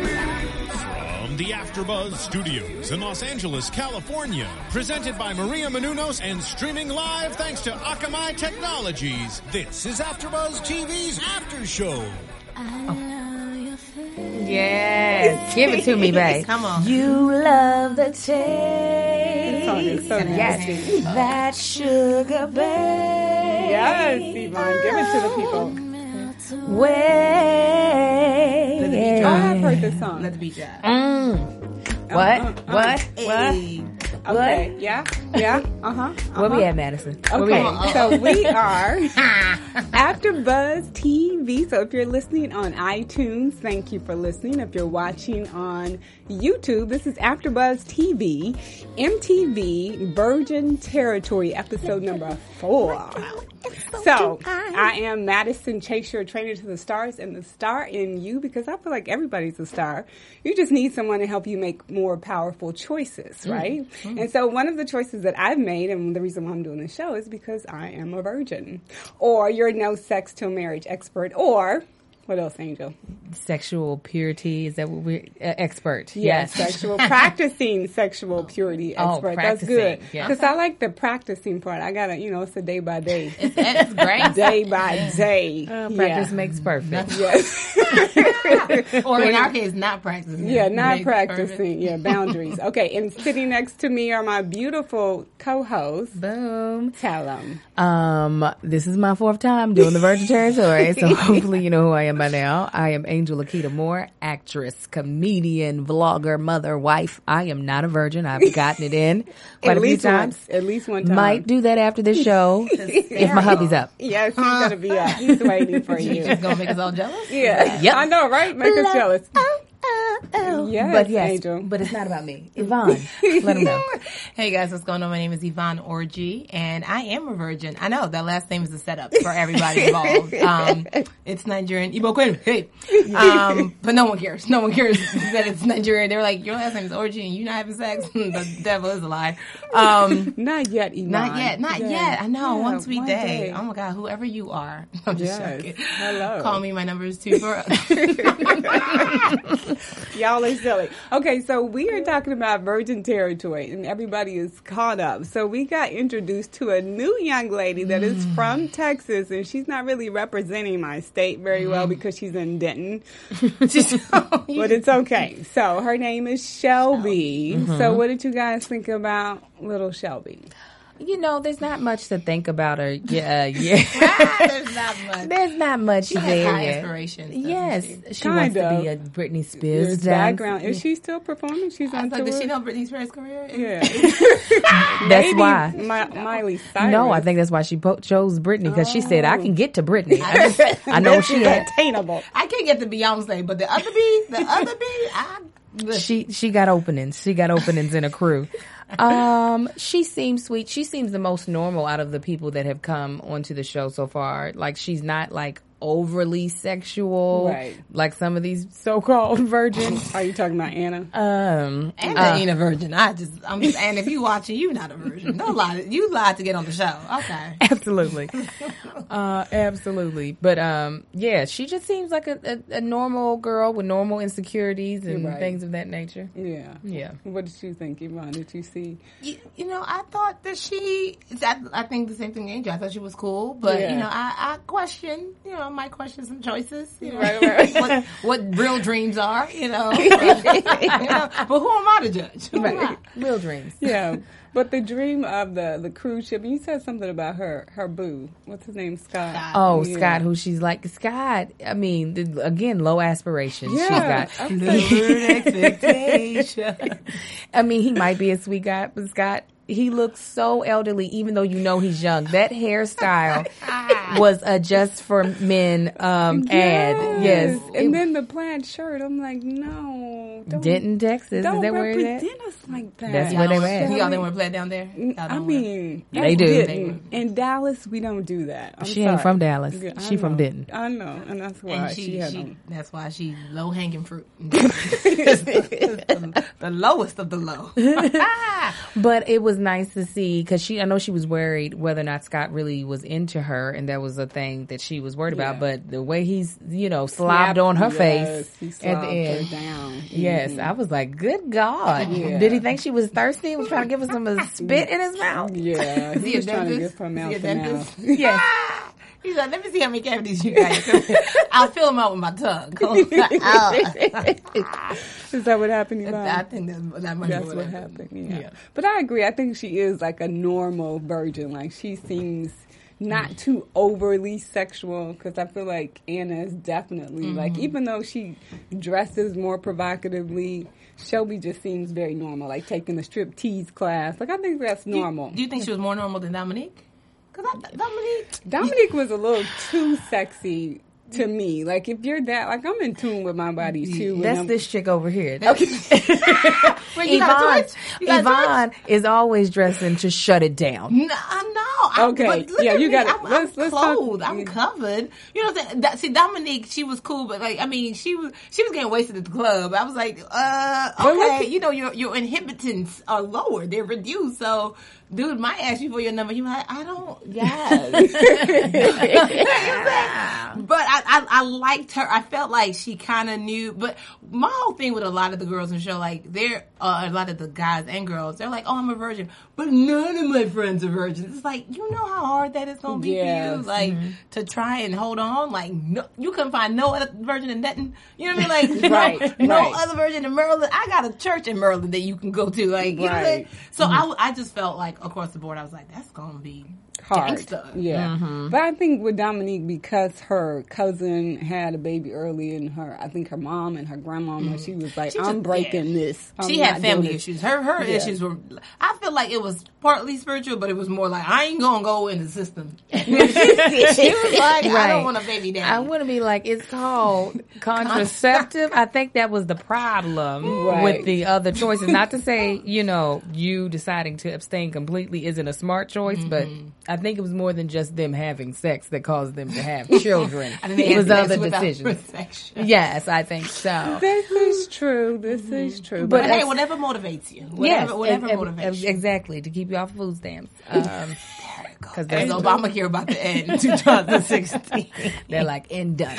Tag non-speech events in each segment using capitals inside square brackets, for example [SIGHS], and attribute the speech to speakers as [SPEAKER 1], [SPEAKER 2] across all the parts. [SPEAKER 1] From the AfterBuzz Studios in Los Angeles, California, presented by Maria Menounos and streaming live thanks to Akamai Technologies. This is AfterBuzz TV's After Show.
[SPEAKER 2] Yes. Give it to
[SPEAKER 3] [LAUGHS]
[SPEAKER 2] me, babe.
[SPEAKER 4] Come on.
[SPEAKER 2] You love the taste. yes. That sugar, babe.
[SPEAKER 3] Yes, Yvonne, give it to the people.
[SPEAKER 2] Way.
[SPEAKER 3] Oh, I've heard this song.
[SPEAKER 4] Let the beat drop.
[SPEAKER 2] Mm.
[SPEAKER 3] Uh-huh.
[SPEAKER 2] What? What? What?
[SPEAKER 4] Hey.
[SPEAKER 3] Okay, yeah, yeah, uh huh.
[SPEAKER 2] Where we at, Madison? Where we
[SPEAKER 3] Okay,
[SPEAKER 2] at?
[SPEAKER 3] so we
[SPEAKER 2] [LAUGHS]
[SPEAKER 3] are After Buzz TV. So if you're listening on iTunes, thank you for listening. If you're watching on YouTube, this is After Buzz TV, MTV Virgin Territory, episode number four. So I am Madison Chase, your trainer to the stars and the star in you because I feel like everybody's a star. You just need someone to help you make more powerful choices, right? And so one of the choices that I've made and the reason why I'm doing this show is because I am a virgin or you're no sex till marriage expert or what else, Angel?
[SPEAKER 2] Sexual purity. Is that what we're uh, expert?
[SPEAKER 3] Yes, [LAUGHS] sexual practicing sexual purity
[SPEAKER 2] Oh,
[SPEAKER 3] expert. That's good
[SPEAKER 2] practicing, yes.
[SPEAKER 3] because I like the practicing part. I gotta, you know, it's Uh, a day by day,
[SPEAKER 4] That is great.
[SPEAKER 3] day [LAUGHS] by day.
[SPEAKER 2] Practice
[SPEAKER 3] Yeah.
[SPEAKER 2] makes perfect.
[SPEAKER 4] or in our case, not practicing. [LAUGHS]
[SPEAKER 3] Yeah, not
[SPEAKER 4] Make
[SPEAKER 3] practicing.
[SPEAKER 4] perfect.
[SPEAKER 3] Yeah, boundaries.
[SPEAKER 4] [LAUGHS]
[SPEAKER 3] okay, and sitting next to me are my beautiful co-hosts.
[SPEAKER 2] Boom.
[SPEAKER 3] Tell them.
[SPEAKER 2] Um, this is my fourth time doing the Virgin Territory,
[SPEAKER 3] [LAUGHS]
[SPEAKER 2] so hopefully you know who I am by now. I am Angel Akita Moore, actress, comedian, vlogger, mother, wife. I am not a virgin.
[SPEAKER 3] [LAUGHS]
[SPEAKER 2] I've gotten it in quite
[SPEAKER 3] At
[SPEAKER 2] a few
[SPEAKER 3] least
[SPEAKER 2] times.
[SPEAKER 3] once. At least one time.
[SPEAKER 2] Might do that after the
[SPEAKER 3] [LAUGHS]
[SPEAKER 2] show if my hubby's up.
[SPEAKER 3] Yes, he's gonna be up. He's
[SPEAKER 4] [LAUGHS]
[SPEAKER 3] waiting for you.
[SPEAKER 4] It's gonna make us all
[SPEAKER 2] [LAUGHS]
[SPEAKER 4] jealous.
[SPEAKER 3] Yeah.
[SPEAKER 2] Yep.
[SPEAKER 3] I know, right? Make us jealous. Yes,
[SPEAKER 2] but yes,
[SPEAKER 3] Angel.
[SPEAKER 2] Uh, oh. but it's not about me. Yvonne, let him
[SPEAKER 3] [LAUGHS]
[SPEAKER 2] know.
[SPEAKER 4] [LAUGHS] Hey guys, what's going on? My name is Yvonne Orgy, and I am a virgin. I know that last name is a setup for everybody [LAUGHS] involved. Um, it's Nigerian. Igbo Queen, hey, um, but no one cares. No one cares that it's Nigerian. They're like, your last name is Orgy, and you're not having sex. [LAUGHS] the devil is a lie. Um,
[SPEAKER 3] Not yet, Iman.
[SPEAKER 4] Not yet, not yet. I know.
[SPEAKER 3] Yeah,
[SPEAKER 4] one sweet
[SPEAKER 3] one
[SPEAKER 4] day.
[SPEAKER 3] day.
[SPEAKER 4] Oh my God, whoever you are. [LAUGHS] I'm just
[SPEAKER 3] Yes.
[SPEAKER 4] joking.
[SPEAKER 3] Hello.
[SPEAKER 4] Call me. My number is two four. [LAUGHS]
[SPEAKER 3] Y'all are silly. Okay, so we are talking about virgin territory, and everybody is caught up. So we got introduced to a new young lady that is from
[SPEAKER 4] Mm.
[SPEAKER 3] Texas, and she's not really representing my state very well
[SPEAKER 4] Mm-hmm.
[SPEAKER 3] because she's in Denton,
[SPEAKER 4] [LAUGHS]
[SPEAKER 3] but it's okay. So her name is Shelby.
[SPEAKER 2] Mm-hmm.
[SPEAKER 3] So what did you guys think about little Shelby?
[SPEAKER 2] [LAUGHS] You know, there's not much to think about or
[SPEAKER 4] [LAUGHS]
[SPEAKER 2] yeah, uh, yeah.
[SPEAKER 4] There's
[SPEAKER 2] [LAUGHS]
[SPEAKER 4] not much.
[SPEAKER 2] There's not much
[SPEAKER 4] That's
[SPEAKER 2] there.
[SPEAKER 4] high inspiration. stuff,
[SPEAKER 2] Yes,
[SPEAKER 4] isn't
[SPEAKER 2] she wants
[SPEAKER 3] Kind
[SPEAKER 2] to
[SPEAKER 3] of.
[SPEAKER 2] be a Britney Spears dancer.
[SPEAKER 3] Background is she still performing? She's
[SPEAKER 4] she?
[SPEAKER 3] on
[SPEAKER 4] Like,
[SPEAKER 3] tour.
[SPEAKER 4] does she know Britney Spears' career?
[SPEAKER 3] Yeah,
[SPEAKER 2] That's why.
[SPEAKER 3] My, Miley Cyrus.
[SPEAKER 2] No, I think that's why she po- chose Britney because she said, "I
[SPEAKER 3] Oh.
[SPEAKER 2] can get to Britney." I, just-
[SPEAKER 3] [LAUGHS]
[SPEAKER 2] I know she had.
[SPEAKER 3] attainable.
[SPEAKER 4] I can't get the Beyonce, but the other B, [LAUGHS] the other B, I.
[SPEAKER 2] She she got openings. She got openings in a crew. Um, she seems sweet. She seems the most normal out of the people that have come onto the show so far. Like she's not like overly sexual,
[SPEAKER 3] Right.
[SPEAKER 2] Like some of these so-called [LAUGHS] virgins.
[SPEAKER 3] Are you talking about Anna?
[SPEAKER 4] Uh,
[SPEAKER 2] Um,
[SPEAKER 4] And I ain't a virgin. I just, I'm just, and if you watching, you not a [LAUGHS] virgin. Don't lie. You lied to get on the show. Okay.
[SPEAKER 2] absolutely
[SPEAKER 3] [LAUGHS]
[SPEAKER 2] uh absolutely but um yeah she just seems like a, a, a normal girl with normal insecurities and
[SPEAKER 3] You're right.
[SPEAKER 2] things of that nature
[SPEAKER 3] Yeah.
[SPEAKER 2] yeah
[SPEAKER 3] What did you think, Yvonne? Did you see?
[SPEAKER 4] you, you know, I thought that she, I, I think the same thing Angel. I thought she was cool, but
[SPEAKER 3] Yeah.
[SPEAKER 4] you know, I, I question, you know, I might question some choices, you know,
[SPEAKER 3] Right, right.
[SPEAKER 4] [LAUGHS] what, what real dreams are, you know. You know, but who am I to judge? Who am I?
[SPEAKER 2] real dreams
[SPEAKER 3] [LAUGHS] Yeah. but the dream of the the cruise ship. And you said something about her her boo. What's his name? Scott.
[SPEAKER 2] Oh,
[SPEAKER 3] Yeah.
[SPEAKER 2] Scott, who she's like, Scott, I mean, th- again, low aspirations.
[SPEAKER 3] Yeah.
[SPEAKER 2] She's [LAUGHS] got,
[SPEAKER 3] I'm
[SPEAKER 4] The
[SPEAKER 3] so-
[SPEAKER 4] word expectation.
[SPEAKER 2] I mean, he might be a sweet guy, but Scott, he looks so elderly, even though you know he's young. That
[SPEAKER 3] [LAUGHS]
[SPEAKER 2] hairstyle was a just for men um, ad. Yes.
[SPEAKER 3] And
[SPEAKER 2] It-
[SPEAKER 3] then the plaid shirt. I'm like, no. Don't,
[SPEAKER 2] Denton, Texas.
[SPEAKER 3] Don't
[SPEAKER 2] Is that where
[SPEAKER 3] represent
[SPEAKER 2] it's at?
[SPEAKER 3] us like that.
[SPEAKER 2] That's
[SPEAKER 4] Y'all
[SPEAKER 2] where they
[SPEAKER 4] don't,
[SPEAKER 2] were at.
[SPEAKER 4] y'all didn't want to play it down there? Y'all
[SPEAKER 3] I
[SPEAKER 4] don't wanna-
[SPEAKER 3] mean,
[SPEAKER 2] They
[SPEAKER 3] that's
[SPEAKER 2] do.
[SPEAKER 3] Denton. In Dallas, we don't do that. I'm
[SPEAKER 2] She ain't
[SPEAKER 3] sorry.
[SPEAKER 2] from Dallas.
[SPEAKER 3] Yeah, I
[SPEAKER 2] She from
[SPEAKER 3] know.
[SPEAKER 2] Denton.
[SPEAKER 3] I know, and that's why
[SPEAKER 4] And
[SPEAKER 3] she,
[SPEAKER 4] she,
[SPEAKER 3] had
[SPEAKER 4] she-
[SPEAKER 3] on.
[SPEAKER 4] that's why she low hanging fruit. [LAUGHS] the, the lowest of the
[SPEAKER 3] [LAUGHS]
[SPEAKER 4] low.
[SPEAKER 2] But it was nice to see because she, I know she was worried whether or not Scott really was into her, and that was a thing that she was worried
[SPEAKER 3] Yeah.
[SPEAKER 2] about. But the way he's, you know, slobbed
[SPEAKER 3] Yep,
[SPEAKER 2] on her
[SPEAKER 3] yes, he
[SPEAKER 2] face at
[SPEAKER 3] slobbed
[SPEAKER 2] the end.
[SPEAKER 3] Her down.
[SPEAKER 2] Yes, I was like, good God.
[SPEAKER 3] Yeah.
[SPEAKER 2] Did he think she was thirsty? Was trying to give her some of
[SPEAKER 3] [LAUGHS]
[SPEAKER 2] the spit in his mouth?
[SPEAKER 3] Yeah,
[SPEAKER 4] [LAUGHS] Is
[SPEAKER 3] he
[SPEAKER 4] he
[SPEAKER 3] was
[SPEAKER 4] a
[SPEAKER 3] trying to
[SPEAKER 4] dentist?
[SPEAKER 3] get from
[SPEAKER 4] Is he a
[SPEAKER 3] mouth to mouth.
[SPEAKER 4] dentist?
[SPEAKER 2] Yes.
[SPEAKER 4] He's like, let me see how many cavities you got. [LAUGHS] I'll fill them out with my [LAUGHS] Oh, tongue.
[SPEAKER 3] Is that what happened, Yvonne?
[SPEAKER 4] I think that's, that might
[SPEAKER 3] That's
[SPEAKER 4] be
[SPEAKER 3] what happened. Yeah.
[SPEAKER 4] Yeah.
[SPEAKER 3] But I agree. I think she is like a normal virgin. Like she seems not too overly sexual because I feel like Anna is definitely like
[SPEAKER 4] Mm-hmm.
[SPEAKER 3] even though she dresses more provocatively, Shelby just seems very normal. Like taking a strip tease class. Like I think that's
[SPEAKER 4] Do you-
[SPEAKER 3] normal.
[SPEAKER 4] Do, you think she was more normal than Dominique? Because Dominique,
[SPEAKER 3] Dominique was a little too sexy to me. Like if you're that like I'm in tune with my body too. and
[SPEAKER 2] That's
[SPEAKER 3] I'm-
[SPEAKER 2] this chick over here.
[SPEAKER 4] Wait, you got a
[SPEAKER 2] Yvonne,
[SPEAKER 4] touch? You got a touch?
[SPEAKER 2] Yvonne is always dressing to shut it down.
[SPEAKER 4] No, I know. I,
[SPEAKER 3] Okay.
[SPEAKER 4] but look
[SPEAKER 3] Yeah,
[SPEAKER 4] at
[SPEAKER 3] you
[SPEAKER 4] me.
[SPEAKER 3] gotta-
[SPEAKER 4] I'm,
[SPEAKER 3] let's-
[SPEAKER 4] I'm
[SPEAKER 3] let's talk-
[SPEAKER 4] clothed. I'm
[SPEAKER 3] yeah.
[SPEAKER 4] covered. You know what I'm saying? That, see, Dominique, she was cool, but like, I mean, she was she was getting wasted at the club. I was like, uh,
[SPEAKER 3] But look
[SPEAKER 4] okay.
[SPEAKER 3] at-
[SPEAKER 4] You know, your your inhibitants are lower. They're reduced. So, dude might ask you for your number. You like, I don't. [LAUGHS] Yes. but I, I I liked her. I felt like she kind of knew. But my whole thing with a lot of the girls in the show, like they're uh, a lot of the guys and girls, they're like, oh, I'm a virgin, but none of my friends are virgins. It's like you know how hard that is Oh, gonna be for you,
[SPEAKER 3] Yes. Mm-hmm.
[SPEAKER 4] like to try and hold on. Like no, you couldn't find no other virgin in Denton. You know what I
[SPEAKER 3] [LAUGHS]
[SPEAKER 4] mean? Like
[SPEAKER 3] Right,
[SPEAKER 4] no, no
[SPEAKER 3] right.
[SPEAKER 4] other virgin in Maryland. I got a church in Maryland that you can go to. Like you know what I'm saying?
[SPEAKER 3] Right. Mm-hmm.
[SPEAKER 4] So I, I just felt like across the board, I was like, that's gonna be
[SPEAKER 3] hard.
[SPEAKER 4] gangsta.
[SPEAKER 3] Yeah.
[SPEAKER 2] Mm-hmm.
[SPEAKER 3] But I think with Dominique, because her cousin had a baby early and her, I think her mom and her grandma, when
[SPEAKER 2] Mm.
[SPEAKER 3] she was like,
[SPEAKER 4] She
[SPEAKER 3] I'm
[SPEAKER 4] just-
[SPEAKER 3] breaking
[SPEAKER 4] yeah.
[SPEAKER 3] this. I'm
[SPEAKER 4] she had
[SPEAKER 3] not
[SPEAKER 4] family
[SPEAKER 3] doing it."
[SPEAKER 4] issues. Her her
[SPEAKER 3] Yeah.
[SPEAKER 4] issues were. I feel like it was partly spiritual, but it was more like I ain't gonna go in the
[SPEAKER 3] [LAUGHS]
[SPEAKER 4] system. [LAUGHS] she was like, I
[SPEAKER 2] Right.
[SPEAKER 4] don't want a baby daddy.
[SPEAKER 2] I want to be like, it's called contraceptive. I think that was the problem
[SPEAKER 3] Right.
[SPEAKER 2] with the other choices. Not to say, you know, you deciding to abstain completely isn't a smart choice, but
[SPEAKER 4] Mm-hmm.
[SPEAKER 2] I think it was more than just them having sex that caused them
[SPEAKER 4] [LAUGHS]
[SPEAKER 2] to have children.
[SPEAKER 4] I think they
[SPEAKER 2] it was
[SPEAKER 4] had sex
[SPEAKER 2] other
[SPEAKER 4] without [LAUGHS]
[SPEAKER 2] decisions.
[SPEAKER 4] protection.
[SPEAKER 2] [LAUGHS] Yes, I think so.
[SPEAKER 3] This is true. This is true.
[SPEAKER 2] Mm-hmm. But
[SPEAKER 3] But,
[SPEAKER 4] But
[SPEAKER 2] that's-
[SPEAKER 4] hey, whatever motivates you, whatever,
[SPEAKER 2] Yes,
[SPEAKER 4] whatever
[SPEAKER 2] and- and-
[SPEAKER 4] motivates you.
[SPEAKER 2] exactly to keep you off
[SPEAKER 4] [LAUGHS]
[SPEAKER 2] food stamps. Um, because
[SPEAKER 4] As
[SPEAKER 2] they're,
[SPEAKER 4] Obamacare about to end in [LAUGHS] 2016.
[SPEAKER 2] [LAUGHS] they're like and done.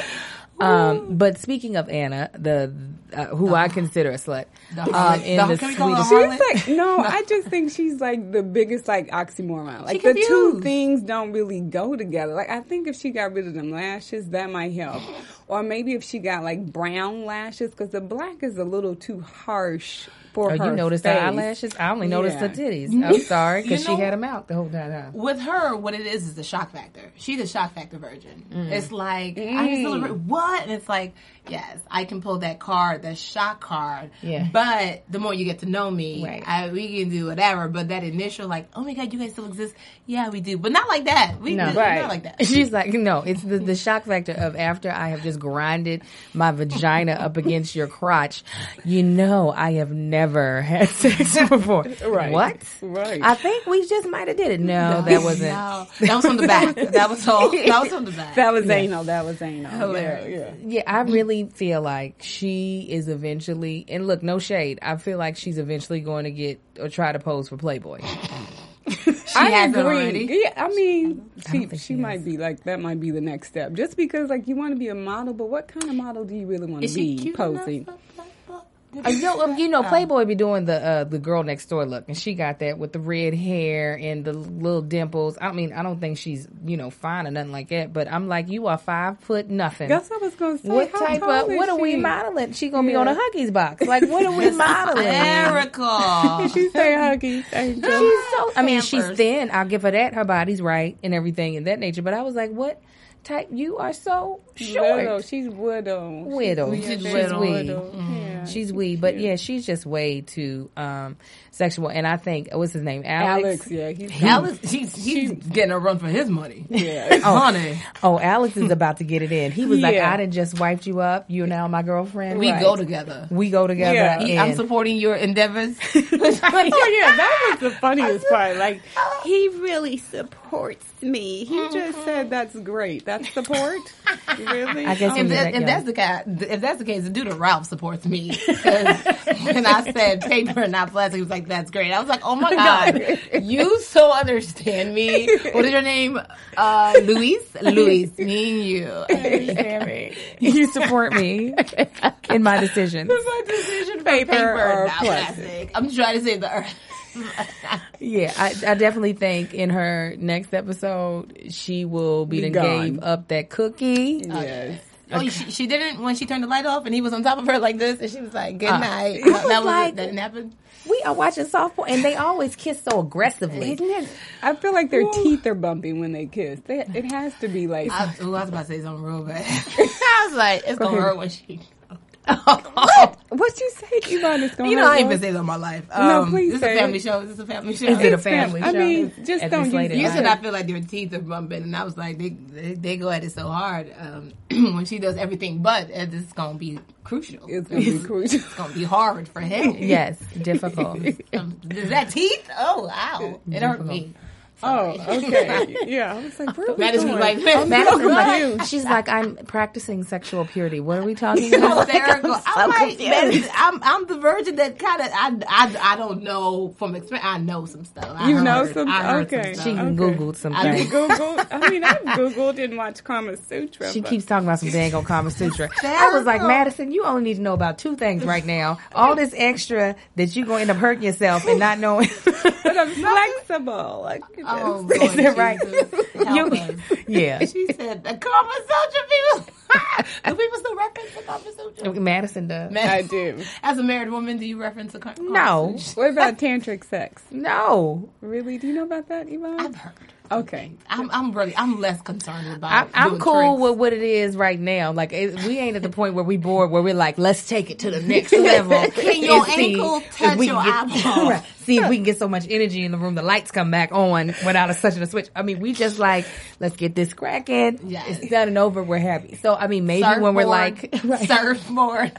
[SPEAKER 2] Um, but speaking of Anna, the uh, who I consider a slut,
[SPEAKER 4] the
[SPEAKER 2] um,
[SPEAKER 4] harlot.
[SPEAKER 2] in
[SPEAKER 4] The-
[SPEAKER 2] the,
[SPEAKER 4] can we call her
[SPEAKER 2] Swedish
[SPEAKER 4] harlot?
[SPEAKER 3] she's
[SPEAKER 2] [LAUGHS]
[SPEAKER 3] like, no, I just think she's like the biggest like oxymoron. Like the two
[SPEAKER 4] confused.
[SPEAKER 3] things don't really go together. Like I think if she got rid of them lashes, that
[SPEAKER 4] [SIGHS]
[SPEAKER 3] might help. Or maybe if she got like brown lashes, because the black is a little too harsh for
[SPEAKER 2] Oh,
[SPEAKER 3] her.
[SPEAKER 2] you noticed
[SPEAKER 3] face.
[SPEAKER 2] her eyelashes? I only noticed
[SPEAKER 3] Yeah.
[SPEAKER 2] her
[SPEAKER 4] [LAUGHS]
[SPEAKER 2] titties. I'm sorry, because
[SPEAKER 4] You
[SPEAKER 2] she
[SPEAKER 4] know-
[SPEAKER 2] had them out the whole time.
[SPEAKER 4] with her, what it is is the shock factor. She's a shock factor virgin. It's like I can celebrate what, and it's like yes, I can pull that card, that shock card.
[SPEAKER 2] Yeah.
[SPEAKER 4] But the more you get to know me,
[SPEAKER 2] Right.
[SPEAKER 4] I, we can do whatever. But that initial like, oh my god, you guys still exist? Yeah, we do, but not like that. We
[SPEAKER 2] No.
[SPEAKER 4] no,
[SPEAKER 3] Right.
[SPEAKER 4] not like [LAUGHS] that.
[SPEAKER 2] [LAUGHS] She's like, no, it's the, the shock factor of after I have just grinded my vagina up against your crotch. You know, I have never had sex [LAUGHS] before.
[SPEAKER 3] Right.
[SPEAKER 2] What?
[SPEAKER 3] Right.
[SPEAKER 2] I think we just might have did it. No, that wasn't.
[SPEAKER 4] No, that was from the back. That was all. That was from the back.
[SPEAKER 3] That was anal. That was anal.
[SPEAKER 4] Hilarious.
[SPEAKER 3] Yeah, yeah.
[SPEAKER 2] Yeah, I really feel like she is eventually, and look, no shade. I feel like she's eventually going to get or try to pose for
[SPEAKER 3] [LAUGHS]
[SPEAKER 2] Playboy.
[SPEAKER 4] She has it already.
[SPEAKER 3] Yeah, I mean, she she,
[SPEAKER 2] think she
[SPEAKER 3] might be like that. Might be the next step, just because like you want to be a model, but what kind of model do you really want to
[SPEAKER 4] Is she
[SPEAKER 3] be
[SPEAKER 4] cute
[SPEAKER 3] posing?
[SPEAKER 4] enough for
[SPEAKER 2] Uh,
[SPEAKER 4] Playboy?
[SPEAKER 2] yo, um, you know, Playboy be doing the uh, the girl next door look, and she got that with the red hair and the little dimples. I mean, I don't think she's you know fine or nothing like that, but I'm like, you are five foot nothing.
[SPEAKER 3] That's what I was gonna say.
[SPEAKER 2] what
[SPEAKER 3] How
[SPEAKER 2] type
[SPEAKER 3] tall
[SPEAKER 2] of
[SPEAKER 3] is
[SPEAKER 2] what are we
[SPEAKER 3] she?
[SPEAKER 2] modeling? She gonna be on a Huggies box. Like, what
[SPEAKER 3] [LAUGHS]
[SPEAKER 2] are we modeling?
[SPEAKER 4] Hysterical.
[SPEAKER 3] She say huggy. angel.
[SPEAKER 2] [LAUGHS] She's so. I mean, she's
[SPEAKER 4] Pampers.
[SPEAKER 2] thin. I'll give her that. Her body's right and everything in that nature. But I was like, what type? You are so short.
[SPEAKER 3] Widow. She's widow.
[SPEAKER 2] Widow.
[SPEAKER 3] She's
[SPEAKER 2] She's
[SPEAKER 3] very
[SPEAKER 2] widow.
[SPEAKER 3] widow. Yeah. Yeah,
[SPEAKER 2] she's wee, but yeah, she's just way too um, sexual. And I think what's his name,
[SPEAKER 3] Alex, yeah, he's
[SPEAKER 4] Alice, he's, he's getting a run for his money.
[SPEAKER 3] [LAUGHS] Yeah.
[SPEAKER 4] Honey.
[SPEAKER 2] Oh, Alex is about to get it in. He was like,
[SPEAKER 3] Yeah.
[SPEAKER 2] I done just wiped you up. You're now my girlfriend.
[SPEAKER 4] We
[SPEAKER 3] Right.
[SPEAKER 4] go together.
[SPEAKER 2] We go together.
[SPEAKER 3] Yeah.
[SPEAKER 2] and-
[SPEAKER 4] I'm supporting your
[SPEAKER 3] [LAUGHS]
[SPEAKER 4] endeavors. [LAUGHS]
[SPEAKER 3] oh yeah, that was the funniest part. Like he really supports me. He
[SPEAKER 4] Mm-hmm.
[SPEAKER 3] just said that's great. That's support. really?
[SPEAKER 2] I guess
[SPEAKER 3] Oh,
[SPEAKER 2] he
[SPEAKER 4] If,
[SPEAKER 2] was
[SPEAKER 4] that,
[SPEAKER 2] that
[SPEAKER 4] if that's
[SPEAKER 2] young.
[SPEAKER 4] the guy, if that's the case, the dude at Ralph supports me.
[SPEAKER 3] [LAUGHS]
[SPEAKER 4] 'Cause when I said paper, not plastic, he was like, "That's great." I was like, "Oh
[SPEAKER 3] [LAUGHS]
[SPEAKER 4] my god, you so understand me." What is your name? Uh,
[SPEAKER 3] [LAUGHS]
[SPEAKER 4] Luis. Luis, me and you. Understand me.
[SPEAKER 2] [LAUGHS] you support me in my decisions.
[SPEAKER 3] my decision
[SPEAKER 4] Paper,
[SPEAKER 3] paper, or
[SPEAKER 4] not
[SPEAKER 3] plastic.
[SPEAKER 4] plastic. I'm trying to say the earth. [LAUGHS]
[SPEAKER 2] Yeah, I, I definitely think in her next episode she will be,
[SPEAKER 3] Be
[SPEAKER 2] done
[SPEAKER 3] gone.
[SPEAKER 2] gave up that cookie.
[SPEAKER 3] Yes.
[SPEAKER 4] Oh, she, she didn't when she turned the light off, and he was on top of her like this, and she was like, "Good night."
[SPEAKER 2] was
[SPEAKER 4] That, that Ah." was
[SPEAKER 2] like-
[SPEAKER 4] it. that didn't happen.
[SPEAKER 2] We are watching softball, and they always kiss so aggressively.
[SPEAKER 3] Isn't it? I feel like their teeth are bumping when they kiss. They, it has to be like
[SPEAKER 4] I, ooh, I was about to say something [LAUGHS] real bad. I was like, "It's gonna
[SPEAKER 3] ahead.
[SPEAKER 4] hurt when she."
[SPEAKER 2] Oh,
[SPEAKER 3] what you say, Yvonne. It's going.
[SPEAKER 4] You know, I ain't been saying that in my life. Um,
[SPEAKER 3] No, please
[SPEAKER 4] This is
[SPEAKER 3] say
[SPEAKER 4] a
[SPEAKER 3] it.
[SPEAKER 4] family show. This is a family show.
[SPEAKER 2] it a family
[SPEAKER 3] I
[SPEAKER 2] show
[SPEAKER 3] mean, just
[SPEAKER 2] at
[SPEAKER 3] don't
[SPEAKER 2] this
[SPEAKER 3] use
[SPEAKER 2] late at
[SPEAKER 4] You
[SPEAKER 2] night?
[SPEAKER 4] said I feel like your teeth are bumping, and I was like, they they, they go at it so hard. Um, [CLEARS THROAT] when she does everything, but uh, this is gonna be crucial.
[SPEAKER 3] [LAUGHS] It's
[SPEAKER 4] [LAUGHS]
[SPEAKER 3] gonna be crucial.
[SPEAKER 4] It's gonna be hard for him.
[SPEAKER 2] Yes, [LAUGHS] difficult.
[SPEAKER 4] Um, is that teeth? Oh wow, it hurt me.
[SPEAKER 3] [LAUGHS] Oh, okay. Yeah, I was like, where are we
[SPEAKER 4] Madison
[SPEAKER 3] going?
[SPEAKER 4] was like, "Man,
[SPEAKER 2] Madison's
[SPEAKER 4] Madison's
[SPEAKER 2] like-
[SPEAKER 3] confused.
[SPEAKER 2] she's like, I'm practicing sexual purity. What are we [LAUGHS] talking about?
[SPEAKER 4] hysterical. I'm,
[SPEAKER 2] so
[SPEAKER 4] like,
[SPEAKER 2] confused.
[SPEAKER 4] Madison, I'm I'm the virgin that kind of I, I I don't know from experience. I know some stuff. I
[SPEAKER 3] You
[SPEAKER 4] heard,
[SPEAKER 3] know some-
[SPEAKER 4] I heard some
[SPEAKER 2] [LAUGHS]
[SPEAKER 3] okay.
[SPEAKER 4] stuff.
[SPEAKER 2] She
[SPEAKER 3] Okay.
[SPEAKER 2] googled something.
[SPEAKER 4] I
[SPEAKER 3] I [LAUGHS] googled. I mean, I googled and watched Kama Sutra.
[SPEAKER 2] She
[SPEAKER 3] but-
[SPEAKER 2] keeps talking about some dang old Kama Sutra. I was like,
[SPEAKER 4] Hysterical.
[SPEAKER 2] Madison, you only need to know about two things right now. All this extra that you're going to end up hurting yourself and not knowing.
[SPEAKER 3] But
[SPEAKER 4] [LAUGHS]
[SPEAKER 3] I'm flexible. Like,
[SPEAKER 4] Oh,
[SPEAKER 3] this.
[SPEAKER 4] Lord
[SPEAKER 2] Is that right?
[SPEAKER 4] Jesus. Help
[SPEAKER 2] You-
[SPEAKER 4] us.
[SPEAKER 2] [LAUGHS] yeah.
[SPEAKER 4] [LAUGHS] She said, the Kama Sutra people. [LAUGHS] do people still reference the Kama Sutra?
[SPEAKER 2] [LAUGHS] Madison does.
[SPEAKER 3] I do.
[SPEAKER 4] [LAUGHS] As a married woman, do you reference the Kama Sutra?
[SPEAKER 2] No.
[SPEAKER 3] What about tantric sex?
[SPEAKER 2] No.
[SPEAKER 3] Really? Do you know about that, Yvonne?
[SPEAKER 4] I've heard.
[SPEAKER 3] Okay.
[SPEAKER 4] I'm, I'm really, I'm less concerned about
[SPEAKER 2] I, I'm
[SPEAKER 4] doing
[SPEAKER 2] cool
[SPEAKER 4] tricks.
[SPEAKER 2] with what it is right now. Like it, we ain't at the point where we bored, where we're like, let's take it to
[SPEAKER 4] [LAUGHS]
[SPEAKER 2] the next level.
[SPEAKER 4] Can your
[SPEAKER 2] and see
[SPEAKER 4] ankle
[SPEAKER 2] if
[SPEAKER 4] touch
[SPEAKER 2] we can
[SPEAKER 4] your
[SPEAKER 2] get- [LAUGHS]
[SPEAKER 4] eyeball?
[SPEAKER 2] Right. See if we can get so much energy in the room, the lights come back on without us touching a switch. I mean, we just like let's get this cracking.
[SPEAKER 4] Yes.
[SPEAKER 2] It's done and over. We're happy. So I mean, maybe when we're like, [LAUGHS]
[SPEAKER 4] Surfboard. [LAUGHS] surfboard.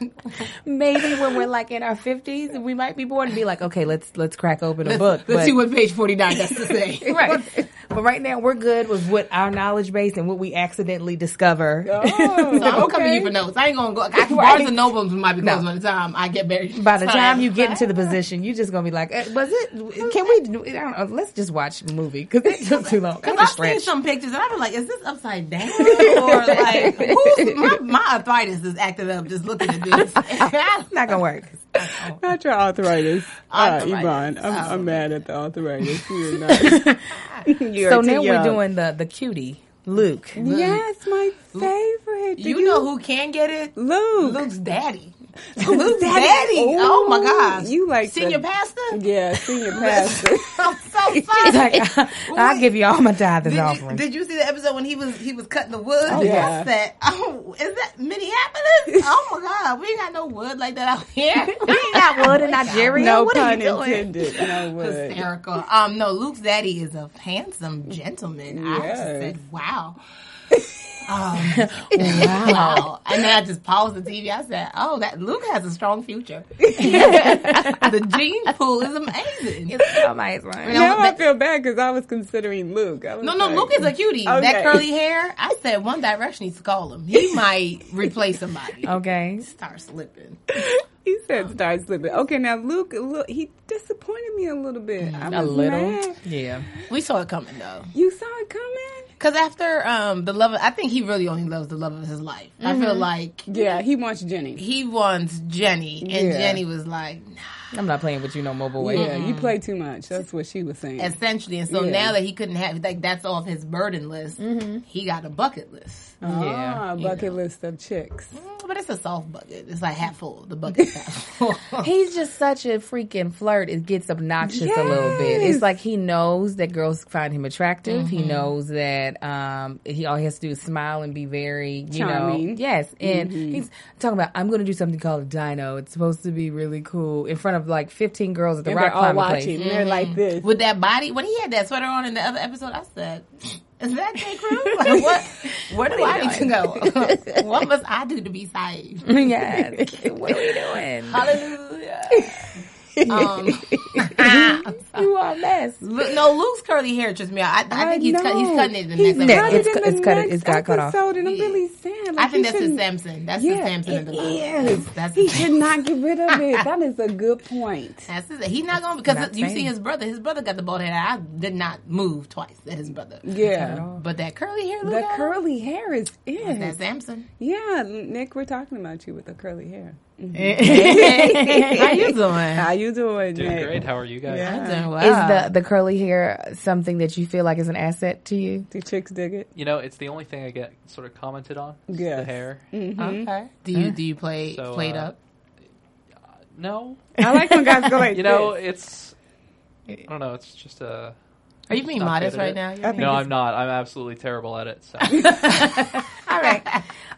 [SPEAKER 2] maybe when we're like in our fifties, we might be bored and be like, okay, let's let's crack open a book.
[SPEAKER 4] Let's
[SPEAKER 2] But-
[SPEAKER 4] see what page 49 has to [LAUGHS] say.
[SPEAKER 2] [LAUGHS] Right. But right now we're good with what our knowledge base and what we accidentally discover. [LAUGHS]
[SPEAKER 3] Oh,
[SPEAKER 4] So I'm
[SPEAKER 3] okay.
[SPEAKER 4] coming to you for notes. I ain't gonna go. I, Barnes and Nobles might be closed by the time I get married.
[SPEAKER 2] By the time you get into the position, you just gonna be like, eh, "Was it? Can we? do- I don't know. Let's just watch the movie because it took too long." That's a
[SPEAKER 4] I've seen
[SPEAKER 2] stretch.
[SPEAKER 4] some pictures and I've been like, is this upside down? [LAUGHS] Or like, who's, my, my arthritis is acting up just looking at this.
[SPEAKER 2] [LAUGHS] Not gonna work.
[SPEAKER 3] Not your arthritis, uh,
[SPEAKER 4] Oh. Arthritis. Oh.
[SPEAKER 3] Yvonne. I'm, I'm mad at the arthritis.
[SPEAKER 4] [LAUGHS]
[SPEAKER 3] You're not. You're
[SPEAKER 2] So
[SPEAKER 3] too
[SPEAKER 2] now we're
[SPEAKER 3] young.
[SPEAKER 2] doing the the cutie Luke. [LAUGHS]
[SPEAKER 3] Yes, my favorite.
[SPEAKER 4] [LAUGHS]
[SPEAKER 3] Do
[SPEAKER 4] you, know who can get it?
[SPEAKER 3] Luke.
[SPEAKER 4] Luke's daddy.
[SPEAKER 3] Luke's [LAUGHS]
[SPEAKER 4] daddy. Oh my gosh.
[SPEAKER 3] You like
[SPEAKER 4] Senior
[SPEAKER 3] the,
[SPEAKER 2] [LAUGHS]
[SPEAKER 4] pastor?
[SPEAKER 3] Yeah,
[SPEAKER 4] [LAUGHS]
[SPEAKER 3] senior pastor.
[SPEAKER 4] I'm so
[SPEAKER 2] He's
[SPEAKER 4] sorry.
[SPEAKER 2] like, "I'll give you all my tithes and
[SPEAKER 4] Did you,
[SPEAKER 2] offerings."
[SPEAKER 4] did you see the episode when he was he was cutting the wood?
[SPEAKER 3] Oh, yeah.
[SPEAKER 4] [LAUGHS] I said, "Oh, is that Minneapolis? Oh my God, we ain't got no wood like that out [LAUGHS] here. We ain't got wood in
[SPEAKER 2] [LAUGHS]
[SPEAKER 4] Nigeria.
[SPEAKER 3] no
[SPEAKER 4] what
[SPEAKER 3] pun
[SPEAKER 4] are you doing?
[SPEAKER 3] intended.
[SPEAKER 4] [LAUGHS]
[SPEAKER 3] No word.
[SPEAKER 4] hysterical. Um, no, Luke's daddy is a handsome gentleman. I just
[SPEAKER 3] Yes.
[SPEAKER 4] said,
[SPEAKER 3] [LAUGHS]
[SPEAKER 4] wow. Um, wow. And then I just paused the TV. I said, oh, that Luke has a strong
[SPEAKER 3] [LAUGHS]
[SPEAKER 4] future. [LAUGHS] the gene pool is amazing.
[SPEAKER 2] Oh, my God.
[SPEAKER 4] You know,
[SPEAKER 3] Now I
[SPEAKER 4] that-
[SPEAKER 3] feel bad because I was considering Luke. I was
[SPEAKER 4] no, no,
[SPEAKER 3] like,
[SPEAKER 4] Luke is a cutie.
[SPEAKER 3] Okay.
[SPEAKER 4] That curly hair. I said One Direction needs to call him.
[SPEAKER 3] [LAUGHS]
[SPEAKER 4] He might replace somebody.
[SPEAKER 2] Okay.
[SPEAKER 4] Start slipping.
[SPEAKER 3] [LAUGHS] He said start slipping. Okay, now Luke, Luke he disappointed me a little bit.
[SPEAKER 4] Mm,
[SPEAKER 3] I
[SPEAKER 2] A
[SPEAKER 3] was
[SPEAKER 2] little.
[SPEAKER 3] mad.
[SPEAKER 2] Yeah.
[SPEAKER 4] We saw it coming though.
[SPEAKER 3] You saw it coming.
[SPEAKER 4] Cause after um the love of, I think he really only loves the love of his life.
[SPEAKER 3] Mm-hmm.
[SPEAKER 4] I feel like
[SPEAKER 3] Yeah, he wants Jenny.
[SPEAKER 4] he wants Jenny, and
[SPEAKER 3] Yeah.
[SPEAKER 4] Jenny was like, nah.
[SPEAKER 2] I'm not playing with you no more, boy.
[SPEAKER 3] Yeah,
[SPEAKER 4] Mm-hmm.
[SPEAKER 3] you play too much. That's what she was saying.
[SPEAKER 4] essentially. And so
[SPEAKER 3] Yeah. Mm-hmm.
[SPEAKER 4] now that he couldn't have, like, that's off his burden list. He got a bucket list,
[SPEAKER 3] ah,
[SPEAKER 2] Yeah, you
[SPEAKER 3] bucket list of chicks.
[SPEAKER 4] Mm, but it's a soft bucket. It's like half full. The bucket's
[SPEAKER 3] [LAUGHS]
[SPEAKER 4] half full.
[SPEAKER 2] He's just such a freaking flirt. It gets obnoxious a little bit.
[SPEAKER 3] Yes.
[SPEAKER 2] It's like he knows that girls find him attractive. He knows that um, he all he has to do is smile and be very, you know,
[SPEAKER 3] Charming.
[SPEAKER 2] yes. And he's talking about I'm going to do something called a dino. It's supposed to be really cool in front of like 15 girls at the
[SPEAKER 3] And
[SPEAKER 2] rock
[SPEAKER 3] they're all
[SPEAKER 2] climbing
[SPEAKER 3] watching.
[SPEAKER 4] Mm-hmm.
[SPEAKER 2] place.
[SPEAKER 3] They're like this.
[SPEAKER 4] With that body, when he had that sweater on in the other episode, I said, is that J.
[SPEAKER 3] [LAUGHS]
[SPEAKER 4] Crew? Like, what, where do I need to [LAUGHS] go? what must I do to be saved?
[SPEAKER 2] [LAUGHS] yes. what are we doing?
[SPEAKER 4] Hallelujah. um,
[SPEAKER 2] [LAUGHS] You all mess.
[SPEAKER 4] Lu- no, Luke's curly hair trips me out. I, I think he's, cut, he's
[SPEAKER 3] know.
[SPEAKER 4] cutting it in the
[SPEAKER 3] He's
[SPEAKER 4] next
[SPEAKER 2] next.
[SPEAKER 4] episode.
[SPEAKER 3] cutting
[SPEAKER 2] It's
[SPEAKER 3] it
[SPEAKER 2] cu- it's
[SPEAKER 3] in the
[SPEAKER 2] cut- it's
[SPEAKER 3] next
[SPEAKER 2] got cut off.
[SPEAKER 3] episode, And I'm
[SPEAKER 4] Yeah.
[SPEAKER 3] really sad.
[SPEAKER 4] I
[SPEAKER 3] Like, he
[SPEAKER 4] think that's the
[SPEAKER 3] shouldn't-
[SPEAKER 4] Samson. That's
[SPEAKER 3] Yeah,
[SPEAKER 4] the Samson of the
[SPEAKER 3] it
[SPEAKER 4] Lord.
[SPEAKER 3] is.
[SPEAKER 4] That's
[SPEAKER 3] He
[SPEAKER 4] the-
[SPEAKER 3] should not get rid
[SPEAKER 4] [LAUGHS]
[SPEAKER 3] of it. That is a good point.
[SPEAKER 4] That's his, he not gonna because
[SPEAKER 2] Not
[SPEAKER 4] you see
[SPEAKER 2] saying.
[SPEAKER 4] his brother. His brother got the bald head. I did not move twice at his brother.
[SPEAKER 3] Yeah.
[SPEAKER 4] but that curly hair.
[SPEAKER 3] The curly hair is
[SPEAKER 4] That
[SPEAKER 3] it.
[SPEAKER 4] Samson.
[SPEAKER 3] Yeah, Nick, we're talking about you with the curly hair.
[SPEAKER 4] [LAUGHS] How you doing?
[SPEAKER 3] How you doing,
[SPEAKER 5] Doing
[SPEAKER 3] Nick?
[SPEAKER 5] great. How are you guys?
[SPEAKER 3] Yeah.
[SPEAKER 4] Doing
[SPEAKER 2] Is
[SPEAKER 4] well.
[SPEAKER 2] the, the curly hair something that you feel like is an asset to you?
[SPEAKER 3] Do chicks dig it?
[SPEAKER 5] You know, it's the only thing I get sort of commented on. is The
[SPEAKER 3] Yes. Mm.
[SPEAKER 5] hair.
[SPEAKER 4] okay? Mm-hmm. Do you do you play
[SPEAKER 5] So,
[SPEAKER 4] played
[SPEAKER 5] uh,
[SPEAKER 4] up?
[SPEAKER 3] [LAUGHS]
[SPEAKER 5] No.
[SPEAKER 3] I like when guys go like
[SPEAKER 5] [LAUGHS] You know,
[SPEAKER 3] this.
[SPEAKER 5] it's. I don't know. It's just a.
[SPEAKER 4] Are you being
[SPEAKER 5] not
[SPEAKER 4] modest
[SPEAKER 5] good at
[SPEAKER 4] right
[SPEAKER 5] it.
[SPEAKER 4] now? You're
[SPEAKER 3] I
[SPEAKER 4] being-
[SPEAKER 5] No, I'm not. I'm absolutely terrible
[SPEAKER 3] [LAUGHS]
[SPEAKER 5] at it. So
[SPEAKER 2] All right.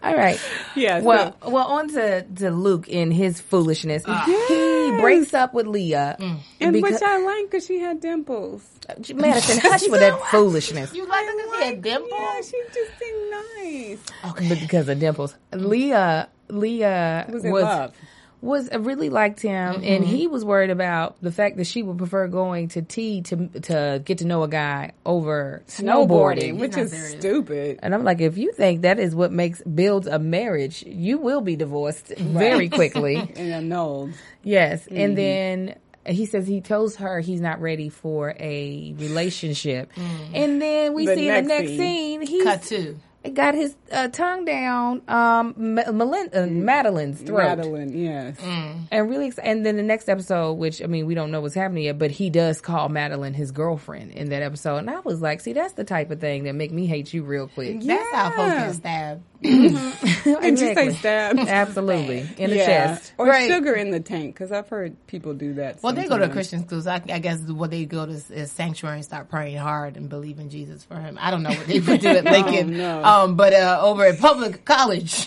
[SPEAKER 2] All right.
[SPEAKER 3] Yeah, so-
[SPEAKER 2] Well, well, on to, to Luke and his foolishness. He breaks up with Leah.
[SPEAKER 3] and
[SPEAKER 2] because-
[SPEAKER 3] which I like because she had dimples.
[SPEAKER 2] Madison, hush with that foolishness.
[SPEAKER 4] You like him because he had
[SPEAKER 3] Yeah,
[SPEAKER 4] dimples?
[SPEAKER 3] she just seemed nice.
[SPEAKER 2] But because of dimples. Leah, Leah
[SPEAKER 3] Was
[SPEAKER 2] was
[SPEAKER 3] in love.
[SPEAKER 2] was uh, really liked him, and he was worried about the fact that she would prefer going to tea to to get to know a guy over snowboarding.
[SPEAKER 3] which
[SPEAKER 4] You're
[SPEAKER 3] is
[SPEAKER 4] not serious.
[SPEAKER 3] stupid.
[SPEAKER 2] And I'm like, if you think that is what makes builds a marriage, you will be divorced very quickly.
[SPEAKER 3] And annulled.
[SPEAKER 2] Yes.
[SPEAKER 3] Mm-hmm.
[SPEAKER 2] And then he says he tells her he's not ready for a relationship. And then we
[SPEAKER 3] Mm. The
[SPEAKER 2] see
[SPEAKER 3] next
[SPEAKER 2] in the next
[SPEAKER 3] scene.
[SPEAKER 2] scene, he
[SPEAKER 4] Cut two.
[SPEAKER 2] got his uh, tongue down um, Ma- Malin- uh, Madeline's throat.
[SPEAKER 3] Mm-hmm. Madeline, yes.
[SPEAKER 2] And really, ex- and then the next episode, which I mean, we don't know what's happening yet, but he does call Madeline his girlfriend in that episode. And I was like, see, that's the type of thing that make me hate you real
[SPEAKER 3] [LAUGHS]
[SPEAKER 2] quick.
[SPEAKER 4] That's how folks get stabbed.
[SPEAKER 3] Did you say
[SPEAKER 2] Exactly.
[SPEAKER 3] stab?
[SPEAKER 2] Absolutely. [LAUGHS] In the
[SPEAKER 3] Yeah.
[SPEAKER 2] chest.
[SPEAKER 3] Or
[SPEAKER 4] Right.
[SPEAKER 3] sugar in the tank, because I've heard people do that.
[SPEAKER 4] Well, they go to
[SPEAKER 3] sometimes.
[SPEAKER 4] Christian schools. I, I guess what they go to is, is sanctuary and start praying hard and believe in Jesus for him. I don't know what they would do
[SPEAKER 3] [LAUGHS]
[SPEAKER 4] at Lincoln,
[SPEAKER 3] Oh, no.
[SPEAKER 4] um, but uh, over at public
[SPEAKER 3] [LAUGHS]
[SPEAKER 4] college, [LAUGHS]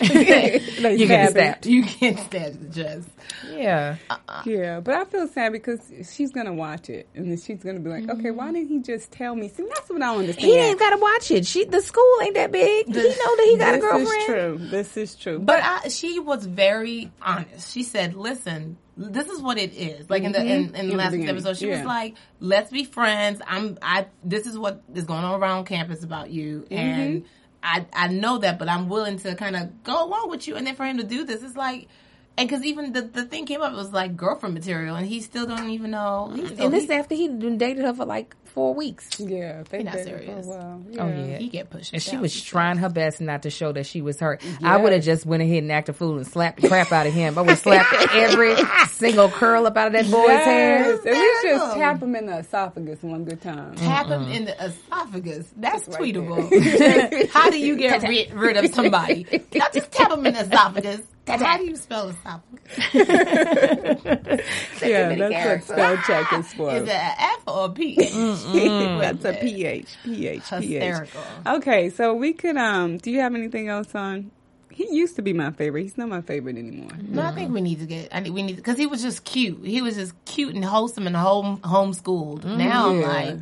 [SPEAKER 2] [LAUGHS]
[SPEAKER 3] Like
[SPEAKER 2] You get
[SPEAKER 3] stabbing.
[SPEAKER 2] stabbed.
[SPEAKER 4] you can't stand the just.
[SPEAKER 2] Yeah.
[SPEAKER 3] Uh, Yeah, but I feel sad because she's gonna watch it, and then she's gonna be like, "Okay, why didn't he just tell me?" See, that's what I
[SPEAKER 2] Mm-hmm.
[SPEAKER 3] understand.
[SPEAKER 2] He ain't got to watch it. She, the school ain't that big. he know that he got a
[SPEAKER 3] this
[SPEAKER 2] girlfriend.
[SPEAKER 3] is true. This is true.
[SPEAKER 4] But I, she was very honest. She said, "Listen, this is what it is." Like in the in, in
[SPEAKER 3] In
[SPEAKER 4] the
[SPEAKER 3] the
[SPEAKER 4] last
[SPEAKER 3] beginning,
[SPEAKER 4] episode, she
[SPEAKER 3] yeah.
[SPEAKER 4] was like, "Let's be friends. I'm. I. This is what is going on around campus about you, and I. I know that, but I'm willing to kind of go along with you." And then for him to do this, it's like. And because even the, the thing came up, it was like girlfriend material, and he still don't even know. He, still,
[SPEAKER 2] And this
[SPEAKER 4] he,
[SPEAKER 2] after Oh, he done dated her for like four weeks.
[SPEAKER 3] yeah, they
[SPEAKER 4] not
[SPEAKER 3] did it
[SPEAKER 4] serious.
[SPEAKER 3] For a while.
[SPEAKER 2] Oh
[SPEAKER 3] Yeah.
[SPEAKER 2] yeah.
[SPEAKER 4] he get pushed.
[SPEAKER 2] And she
[SPEAKER 4] out.
[SPEAKER 2] was trying her best not to show that she was hurt. I would have just went ahead and acted fool and slapped the crap out of him. I would have slapped [LAUGHS] every single curl up out of that boy's
[SPEAKER 3] Yes,
[SPEAKER 2] hair.
[SPEAKER 3] at least just
[SPEAKER 4] Damn.
[SPEAKER 3] tap him in the esophagus one good time.
[SPEAKER 4] tap him in the esophagus. That's tweetable. How do you get rid, rid of somebody? Not just tap him in the esophagus. How do you spell esophagus?
[SPEAKER 3] yeah, that's what spell check is for.
[SPEAKER 4] Is it an F or a P?
[SPEAKER 3] [LAUGHS] that's a ph ph ph.
[SPEAKER 4] Hysterical.
[SPEAKER 3] Okay, so we could. Um, do you have anything else on? He used to be my favorite. He's not my favorite anymore.
[SPEAKER 4] No, I think we need to get. I think we need because he was just cute. He was just cute and wholesome and home homeschooled. now I'm like,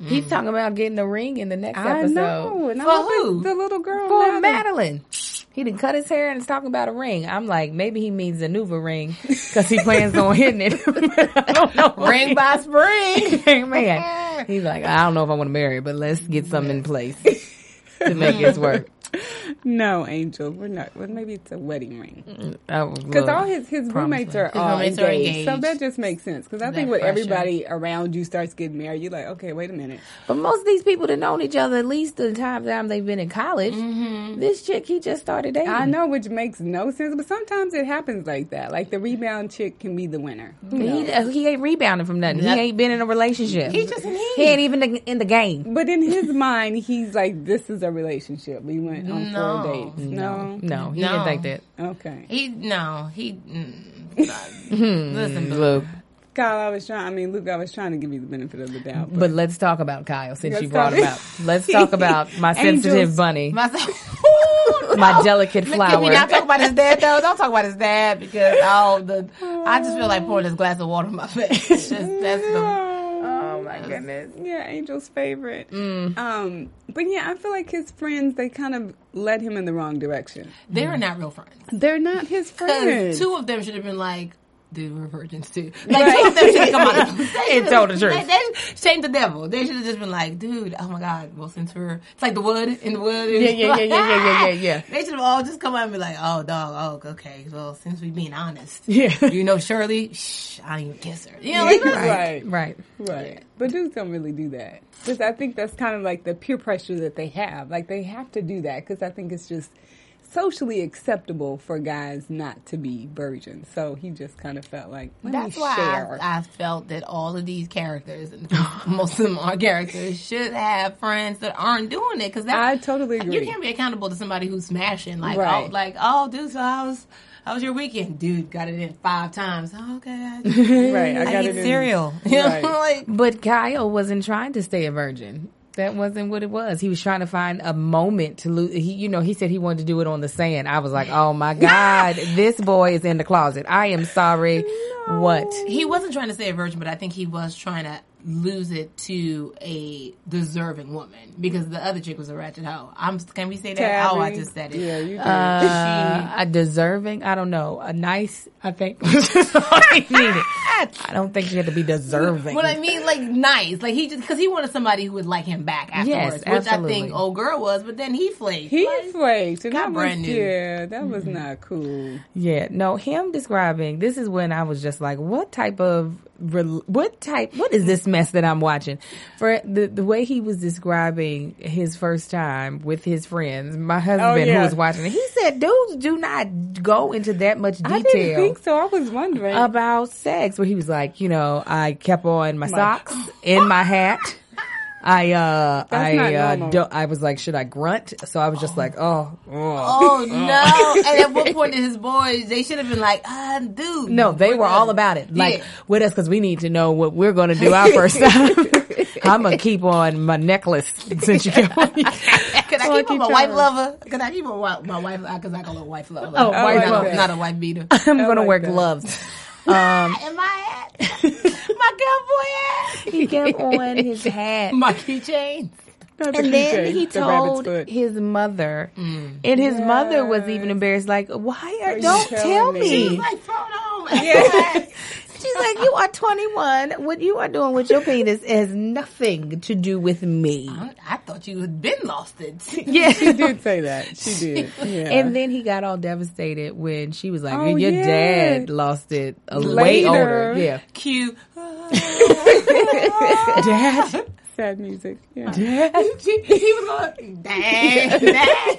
[SPEAKER 2] He's talking about getting a ring in the next
[SPEAKER 3] I
[SPEAKER 2] episode.
[SPEAKER 3] know. And I
[SPEAKER 4] For
[SPEAKER 3] hope it's
[SPEAKER 4] who?
[SPEAKER 3] The little girl.
[SPEAKER 2] For Oh,
[SPEAKER 3] Madeline.
[SPEAKER 2] Madeline. He didn't cut his hair and is talking about a ring. I'm like, maybe he means a Nuva ring because he plans on hitting it. [LAUGHS] I don't know.
[SPEAKER 4] ring by
[SPEAKER 2] [LAUGHS]
[SPEAKER 4] spring.
[SPEAKER 2] Man, [LAUGHS] he's like, I don't know if I want to marry, her, but let's get something in place to make this work.
[SPEAKER 3] No, Angel, we're not. Well, maybe it's a wedding ring.
[SPEAKER 2] Because [LAUGHS]
[SPEAKER 3] Because all his, his roommates are all
[SPEAKER 4] roommates are
[SPEAKER 3] engaged, so
[SPEAKER 4] engaged.
[SPEAKER 3] that just makes sense. Because I
[SPEAKER 4] That
[SPEAKER 3] think when
[SPEAKER 4] pressure.
[SPEAKER 3] everybody around you starts getting married, you're like, okay, wait a minute.
[SPEAKER 2] But most of these people that known each other at least the time time they've been in college. This chick he just started dating.
[SPEAKER 3] I know, which makes no sense, but sometimes it happens like that. Like the rebound chick can be the winner.
[SPEAKER 2] He, uh, he ain't rebounding from nothing.
[SPEAKER 4] That-
[SPEAKER 2] he ain't been in a relationship.
[SPEAKER 4] He just needs.
[SPEAKER 2] He ain't even in- in the game.
[SPEAKER 3] But in his mind, he's like, this is a relationship. We went on
[SPEAKER 4] No.
[SPEAKER 3] four dates. No.
[SPEAKER 2] No, he
[SPEAKER 4] No.
[SPEAKER 2] didn't think that.
[SPEAKER 3] Okay.
[SPEAKER 4] He no. He mm, listen. boo.
[SPEAKER 2] Look,
[SPEAKER 3] Kyle, I was trying, I mean, Luke, I was trying to give you the benefit of the doubt. But,
[SPEAKER 2] but let's talk about Kyle since
[SPEAKER 3] Let's
[SPEAKER 2] you brought
[SPEAKER 3] talk-
[SPEAKER 2] him up. Let's
[SPEAKER 3] [LAUGHS]
[SPEAKER 2] talk about my
[SPEAKER 3] Angels.
[SPEAKER 2] sensitive bunny,
[SPEAKER 4] My, [LAUGHS] Ooh,
[SPEAKER 2] my
[SPEAKER 4] no.
[SPEAKER 2] delicate
[SPEAKER 4] Look, Can we
[SPEAKER 2] flower.
[SPEAKER 4] not talk about his dad though? Don't talk about his dad because oh the I just feel like pouring this glass of water in my face. [LAUGHS] It's just that's the
[SPEAKER 2] oh my goodness.
[SPEAKER 3] yeah, Angel's favorite. Um, but yeah, I feel like his friends, they kind of led him in the wrong direction.
[SPEAKER 4] they're not real friends.
[SPEAKER 3] They're
[SPEAKER 2] [LAUGHS]
[SPEAKER 3] not his friends.
[SPEAKER 4] Because two of them should have been like, dude, we're virgins
[SPEAKER 2] [LAUGHS]
[SPEAKER 4] too. Like two of them should have come out and
[SPEAKER 2] And told the truth.
[SPEAKER 4] They, they, shame the devil. They should have just been like, dude, oh my God, well since we're it's like the wood in the wood.
[SPEAKER 2] Yeah, yeah, yeah, yeah, yeah, yeah, yeah, yeah.
[SPEAKER 4] [LAUGHS] They should have all just come out and be like, oh dog, oh okay, well since we being honest.
[SPEAKER 3] [LAUGHS]
[SPEAKER 2] Yeah.
[SPEAKER 4] You know Shirley, shh, I don't even kiss her. You know, like, that's-
[SPEAKER 3] right.
[SPEAKER 2] Right.
[SPEAKER 3] Right. But dudes don't really do that. Because I think that's kind of like the peer pressure that they have. Like they have to do that because I think it's just socially acceptable for guys not to be virgins. So he just kind of felt like, let
[SPEAKER 4] That's
[SPEAKER 3] me
[SPEAKER 4] why
[SPEAKER 3] share.
[SPEAKER 4] I, I felt that all of these characters, and [LAUGHS] most of them are characters, should have friends that aren't doing it because
[SPEAKER 3] I totally
[SPEAKER 4] You
[SPEAKER 3] agree.
[SPEAKER 4] can't be accountable to somebody who's smashing like, oh,
[SPEAKER 3] Right.
[SPEAKER 4] like, oh, dude, so how was, how was your weekend, dude? Got it in five times. "Oh,
[SPEAKER 3] [LAUGHS]
[SPEAKER 4] okay, I,
[SPEAKER 3] right. I,
[SPEAKER 4] I,
[SPEAKER 3] got
[SPEAKER 4] need
[SPEAKER 3] it in.
[SPEAKER 4] cereal. You know,
[SPEAKER 3] [LAUGHS] Right.
[SPEAKER 4] [LAUGHS] like
[SPEAKER 2] But Kyle wasn't trying to stay a virgin. That wasn't what it was. He was trying to find a moment to lose. He, you know, he said he wanted to do it on the sand. I was like, oh
[SPEAKER 3] [LAUGHS]
[SPEAKER 2] my God, this boy is in the closet. I am sorry. What?
[SPEAKER 4] he wasn't trying to say a virgin, but I think he was trying to lose it to a deserving woman because the other chick was a ratchet hoe. I'm can we say that? Oh, I
[SPEAKER 3] Tabby.
[SPEAKER 4] just said it.
[SPEAKER 3] Yeah, you did.
[SPEAKER 4] [LAUGHS]
[SPEAKER 2] Uh, a deserving? I don't know. A nice, I think. [LAUGHS] I needed. I don't think you had to be deserving.
[SPEAKER 4] What I mean, like nice, like he just because he wanted somebody who would like him back afterwards, which I
[SPEAKER 2] absolutely.
[SPEAKER 4] think old girl was. But then he flaked.
[SPEAKER 3] he
[SPEAKER 4] Like,
[SPEAKER 3] flaked. And
[SPEAKER 4] got
[SPEAKER 3] that was,
[SPEAKER 4] brand new. Mm-hmm.
[SPEAKER 3] Yeah, that was not cool.
[SPEAKER 2] Yeah, no, him describing this is when I was just like, what type of rel- what type what is this mess that I'm watching? For the the way he was describing his first time with his friends, my husband who
[SPEAKER 3] Oh, yeah.
[SPEAKER 2] was watching it, he said dudes do not go into that much detail
[SPEAKER 3] I didn't think so. I was wondering.
[SPEAKER 4] Uh,
[SPEAKER 2] about sex where he was like, you know, I kept on my,
[SPEAKER 3] [LAUGHS]
[SPEAKER 2] socks in my hat. I uh
[SPEAKER 3] That's
[SPEAKER 2] I
[SPEAKER 3] not
[SPEAKER 2] uh
[SPEAKER 3] normal.
[SPEAKER 2] don't, I was like, should I grunt? So I was just like, oh, oh.
[SPEAKER 4] Oh no! and at what point did his boys? They should have been like, ah, dude.
[SPEAKER 2] No, they were all about it. Like
[SPEAKER 4] Yeah.
[SPEAKER 2] with us because we need to know what we're going to do our [LAUGHS] first time. I'm gonna keep on my necklace since you kept [LAUGHS] on.
[SPEAKER 4] Could I
[SPEAKER 2] Fuck
[SPEAKER 4] keep on my
[SPEAKER 2] each
[SPEAKER 4] wife
[SPEAKER 2] other.
[SPEAKER 4] lover? Could I keep on wa- my wife? Because I call her wife lover.
[SPEAKER 2] Oh, wife
[SPEAKER 4] not, a-
[SPEAKER 2] lover.
[SPEAKER 4] not a wife beater.
[SPEAKER 2] I'm gonna
[SPEAKER 3] like
[SPEAKER 2] wear
[SPEAKER 3] that.
[SPEAKER 2] gloves.
[SPEAKER 4] In my [LAUGHS] hat, my cowboy hat,
[SPEAKER 2] He kept on
[SPEAKER 4] [LAUGHS]
[SPEAKER 2] his hat.
[SPEAKER 4] my keychain.
[SPEAKER 3] Not the
[SPEAKER 2] And then
[SPEAKER 3] keychain,
[SPEAKER 2] he
[SPEAKER 3] the rabbit's
[SPEAKER 2] told
[SPEAKER 3] foot.
[SPEAKER 2] his mother, and his mother was even embarrassed. Like, why are,
[SPEAKER 3] you
[SPEAKER 2] don't
[SPEAKER 3] telling
[SPEAKER 2] tell
[SPEAKER 3] me?"
[SPEAKER 2] me?
[SPEAKER 4] She's like thrown home. [LAUGHS]
[SPEAKER 2] She's like, you are 21. What you are doing with your penis has nothing to do with me.
[SPEAKER 4] I thought you had been lost [LAUGHS] it.
[SPEAKER 2] Yeah.
[SPEAKER 3] She did say
[SPEAKER 4] [LAUGHS]
[SPEAKER 3] that. She did. Yeah. [LAUGHS]
[SPEAKER 2] And then he got all devastated when she was like,
[SPEAKER 3] Oh,
[SPEAKER 2] "Your
[SPEAKER 3] yeah.
[SPEAKER 2] dad lost it a way
[SPEAKER 3] Later.
[SPEAKER 2] older." Yeah,
[SPEAKER 4] Cute.
[SPEAKER 2] dad.
[SPEAKER 3] Sad music. Yeah.
[SPEAKER 4] he was going, dang,
[SPEAKER 2] [LAUGHS]
[SPEAKER 4] dang.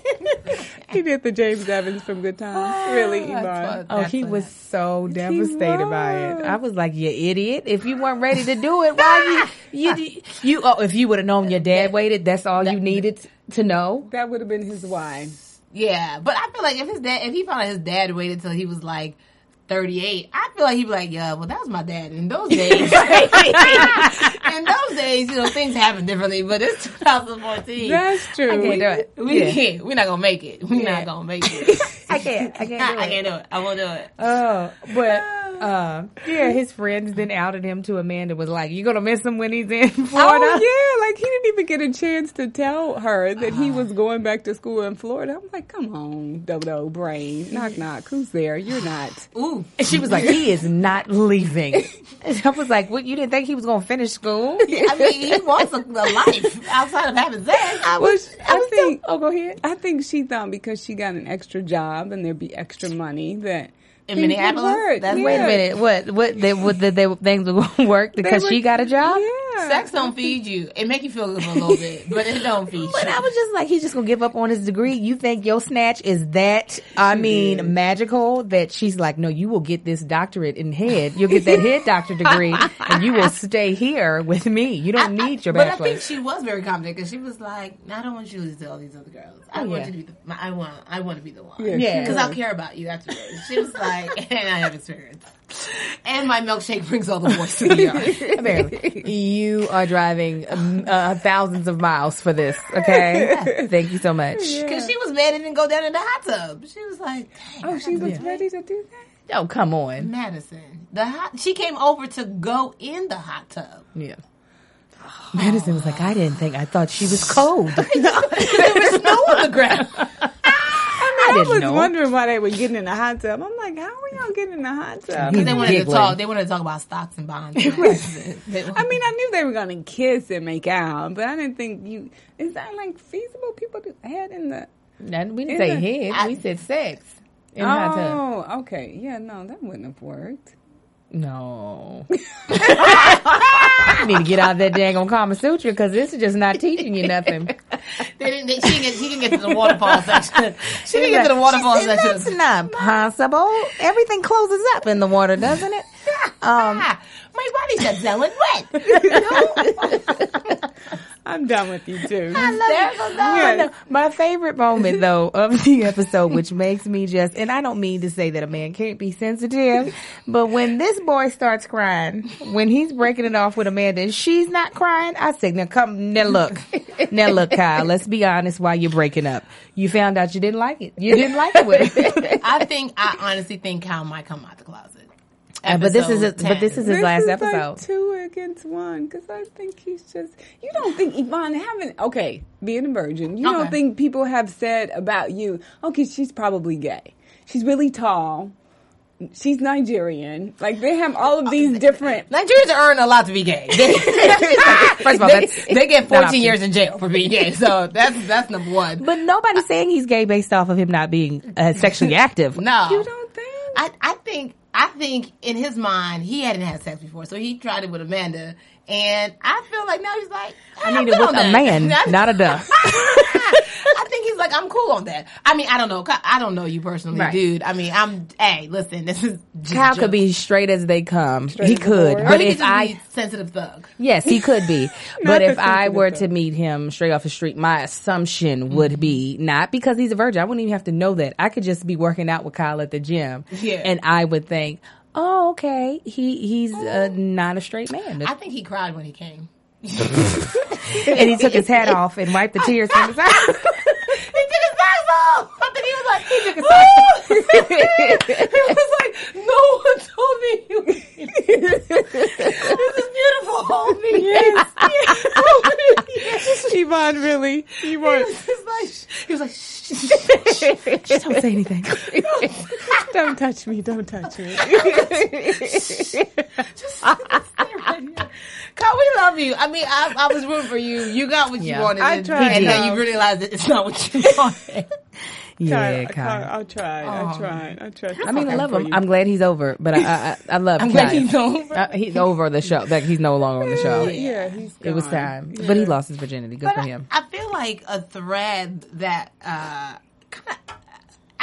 [SPEAKER 3] he did the James Evans from Good Times. Really,
[SPEAKER 4] Ah,
[SPEAKER 3] Yvonne.
[SPEAKER 2] Oh, he was so devastated by it. I was like, "You idiot! If you weren't ready to do it, why you you you? Oh, if you would have known your dad waited, that's all you needed to know."
[SPEAKER 3] That would have been his why.
[SPEAKER 4] Yeah, but I feel like if his dad, if he found out his dad waited till he was like 38, I feel like he'd be like, yeah, well, that was my dad in
[SPEAKER 2] [LAUGHS]
[SPEAKER 4] those days. in those days, you know, things happen differently, but it's 2014.
[SPEAKER 3] That's true.
[SPEAKER 2] can't do [LAUGHS] it.
[SPEAKER 4] we
[SPEAKER 2] Yeah.
[SPEAKER 4] can't. We're not gonna make it. We're
[SPEAKER 2] Yeah.
[SPEAKER 4] not gonna make it. [LAUGHS]
[SPEAKER 2] [LAUGHS] I [LAUGHS] can't. I
[SPEAKER 4] I, I can't do it. I won't do it.
[SPEAKER 2] Oh, but Uh, yeah, his friends then outed him to Amanda. Was like, "You're gonna miss him when he's in Florida."
[SPEAKER 3] Oh yeah, [LAUGHS] Ah. like he didn't even get a chance to tell her that he was going back to school in Florida. I'm like, come on, dodo brain, knock knock, who's there? You're not.
[SPEAKER 4] Ooh.
[SPEAKER 2] And she was like, "He is not [LAUGHS] leaving." And I was like, "What? You didn't think he was gonna finish school?"
[SPEAKER 4] [LAUGHS] I mean, he wants a, a life outside of having sex. I
[SPEAKER 3] [SIGHS] Well,
[SPEAKER 4] was,
[SPEAKER 3] I, think. oh, go ahead. I think she thought because she got an extra job and there'd be extra money that
[SPEAKER 4] In
[SPEAKER 3] things would
[SPEAKER 4] Minneapolis?
[SPEAKER 3] work.
[SPEAKER 4] That's-
[SPEAKER 3] yeah.
[SPEAKER 2] Wait a minute. What? What? They, what? They, they, things were gonna work
[SPEAKER 3] They
[SPEAKER 2] because
[SPEAKER 3] were-
[SPEAKER 2] she got a job.
[SPEAKER 3] Yeah.
[SPEAKER 4] sex don't feed you. It make you feel good for a little bit, but it don't feed
[SPEAKER 2] But I
[SPEAKER 4] you.
[SPEAKER 2] was just like, he's just gonna give up on his degree. You think your snatch is that? I mean, magical. That she's like, no, you will get this doctorate in head. You'll get that head doctor degree, and you will stay here with me. You don't need
[SPEAKER 3] [LAUGHS]
[SPEAKER 2] your
[SPEAKER 4] but I
[SPEAKER 2] bachelor.
[SPEAKER 4] think she was very confident because she was like, "I don't want you to lose to all these other girls. I
[SPEAKER 2] Oh,
[SPEAKER 4] want
[SPEAKER 2] yeah.
[SPEAKER 4] you to be the. My, I want. I want to be the one.
[SPEAKER 3] Yeah,
[SPEAKER 2] she
[SPEAKER 4] because I'll
[SPEAKER 3] was.
[SPEAKER 4] care about you afterwards." She was like, [LAUGHS] "And I have experience, and my milkshake brings all the boys to [LAUGHS] the yard."
[SPEAKER 2] Barely. You are driving um, uh, thousands of miles for this.
[SPEAKER 3] [LAUGHS]
[SPEAKER 2] Okay, thank you so much.
[SPEAKER 4] Because she was mad it didn't go down in the hot tub. She was like, "Dang,
[SPEAKER 3] Oh, she was ready to do that.
[SPEAKER 2] Oh, come on.
[SPEAKER 4] Madison, the hot. She came over to go in the hot tub.
[SPEAKER 2] Yeah. Madison was like, I didn't think. I thought she [LAUGHS] was cold.
[SPEAKER 4] There was snow on the
[SPEAKER 2] [LAUGHS]
[SPEAKER 4] ground.
[SPEAKER 2] I
[SPEAKER 3] I,
[SPEAKER 2] didn't
[SPEAKER 3] was
[SPEAKER 2] know.
[SPEAKER 3] wondering why they were getting in the hot tub. I'm like, how are y'all getting in the hot tub?
[SPEAKER 4] Because they wanted to
[SPEAKER 2] Giggling.
[SPEAKER 4] talk. They wanted to talk about stocks and [LAUGHS] bonds. I
[SPEAKER 3] I mean, I knew they were gonna kiss and make out, but I didn't think you. Is that like feasible? People do head in the.
[SPEAKER 2] And we didn't
[SPEAKER 3] Isn't-
[SPEAKER 2] say head. we said sex. In hot tub.
[SPEAKER 3] Oh, okay. Yeah, no, that wouldn't have worked.
[SPEAKER 2] [LAUGHS] No. you need to get out of that dang on Kama Sutra because this is just not teaching you [LAUGHS] nothing.
[SPEAKER 4] they didn't, they, she, didn't, [LAUGHS] she didn't get to the waterfall section. She didn't get to the waterfall
[SPEAKER 2] She said, That's
[SPEAKER 4] section.
[SPEAKER 2] not possible. Everything closes up in the water, doesn't it? Um,
[SPEAKER 4] Ah, my body shuts down with [LAUGHS] wet.
[SPEAKER 3] I'm done with you
[SPEAKER 2] [LAUGHS]
[SPEAKER 3] too.
[SPEAKER 2] I know. [LAUGHS] My favorite moment though of the episode, which makes me just, and I don't mean to say that a man can't be sensitive, but when this boy starts crying, when he's breaking it off with Amanda and she's not crying, I say, now come, now look, now look, Kyle, let's be honest while you're breaking up. You found out you didn't like it. You didn't like it with it.
[SPEAKER 4] I think, I honestly think Kyle might come out the closet.
[SPEAKER 2] but this is, a,
[SPEAKER 4] Episode
[SPEAKER 2] but this
[SPEAKER 4] 10.
[SPEAKER 2] is his last
[SPEAKER 3] is
[SPEAKER 2] episode.
[SPEAKER 3] Like two against one, because I think he's just. You don't think Yvonne having okay being a virgin. You don't
[SPEAKER 4] Okay.
[SPEAKER 3] think people have said about you. Okay, she's probably gay. She's really tall. She's Nigerian. Like they have all
[SPEAKER 2] Oh,
[SPEAKER 3] of these different.
[SPEAKER 4] Nigerians earn a lot to be gay. [LAUGHS] They,
[SPEAKER 2] [LAUGHS] First of all,
[SPEAKER 4] they,
[SPEAKER 2] that's,
[SPEAKER 4] they get 14
[SPEAKER 2] not option.
[SPEAKER 4] years in jail for being gay. So that's, that's number one.
[SPEAKER 2] But nobody's saying he's gay based off of him not being uh, sexually active.
[SPEAKER 4] No.
[SPEAKER 3] You don't think?
[SPEAKER 4] I, I think I think in his mind he hadn't had sex before, so he tried it with Amanda, and I feel like now he's like,
[SPEAKER 2] I
[SPEAKER 4] "Ah, I'm
[SPEAKER 2] need
[SPEAKER 4] good
[SPEAKER 2] it with
[SPEAKER 4] on
[SPEAKER 2] a
[SPEAKER 4] that." [LAUGHS]
[SPEAKER 2] man,
[SPEAKER 4] I-
[SPEAKER 2] not a duck.
[SPEAKER 4] I think he's like, I'm cool on that. I mean, I don't know, I don't know you personally,
[SPEAKER 2] Right.
[SPEAKER 4] dude. I mean, I'm hey, listen, this is just
[SPEAKER 2] Kyle
[SPEAKER 4] jokes.
[SPEAKER 2] could be straight as they come. he
[SPEAKER 3] as the
[SPEAKER 2] could,
[SPEAKER 3] board.
[SPEAKER 4] Or
[SPEAKER 2] but
[SPEAKER 4] he could
[SPEAKER 2] if
[SPEAKER 4] just
[SPEAKER 2] I
[SPEAKER 4] be sensitive thug.
[SPEAKER 2] yes, he could be. but if
[SPEAKER 3] the
[SPEAKER 2] I
[SPEAKER 3] sensitive
[SPEAKER 2] were
[SPEAKER 3] though.
[SPEAKER 2] to meet him straight off the street, my assumption would be not because he's a virgin. I wouldn't even have to know that. I could just be working out with Kyle at the gym,
[SPEAKER 4] Yeah.
[SPEAKER 2] and I would think, oh, okay, he he's uh, not a straight man,
[SPEAKER 4] I think he cried when he came.
[SPEAKER 2] [LAUGHS]
[SPEAKER 4] [LAUGHS]
[SPEAKER 2] and he took his hat off and wiped the tears from his eyes.
[SPEAKER 4] He took his socks off. I think he was like, he took his socks. he was like, no one told me you. this is beautiful, homie. Yes.
[SPEAKER 2] [LAUGHS]
[SPEAKER 3] Yvonne really. You were
[SPEAKER 4] [LAUGHS] He was like, shh.
[SPEAKER 2] Just don't say [LAUGHS] anything.
[SPEAKER 3] Don't touch me. Don't touch me.
[SPEAKER 4] God, we love you. I mean, I, I was rooting for you. You got what
[SPEAKER 2] Yeah.
[SPEAKER 4] you wanted.
[SPEAKER 3] I
[SPEAKER 4] and-
[SPEAKER 3] tried,
[SPEAKER 4] And then
[SPEAKER 3] um,
[SPEAKER 4] you realize that it's not what you [LAUGHS] wanted.
[SPEAKER 2] Yeah,
[SPEAKER 3] I,
[SPEAKER 2] Kyle.
[SPEAKER 3] I, I tried. I tried. I tried.
[SPEAKER 2] I mean, I love him. I'm glad he's over, but I I, I love
[SPEAKER 4] I'm
[SPEAKER 2] Kyle.
[SPEAKER 4] glad he's over.
[SPEAKER 2] Uh, he's over the show. Like he's no longer on the show.
[SPEAKER 3] yeah, he's gone.
[SPEAKER 2] It was time, but he lost his virginity. Good for
[SPEAKER 4] But I-
[SPEAKER 2] him.
[SPEAKER 4] I, feel like a thread that uh, kind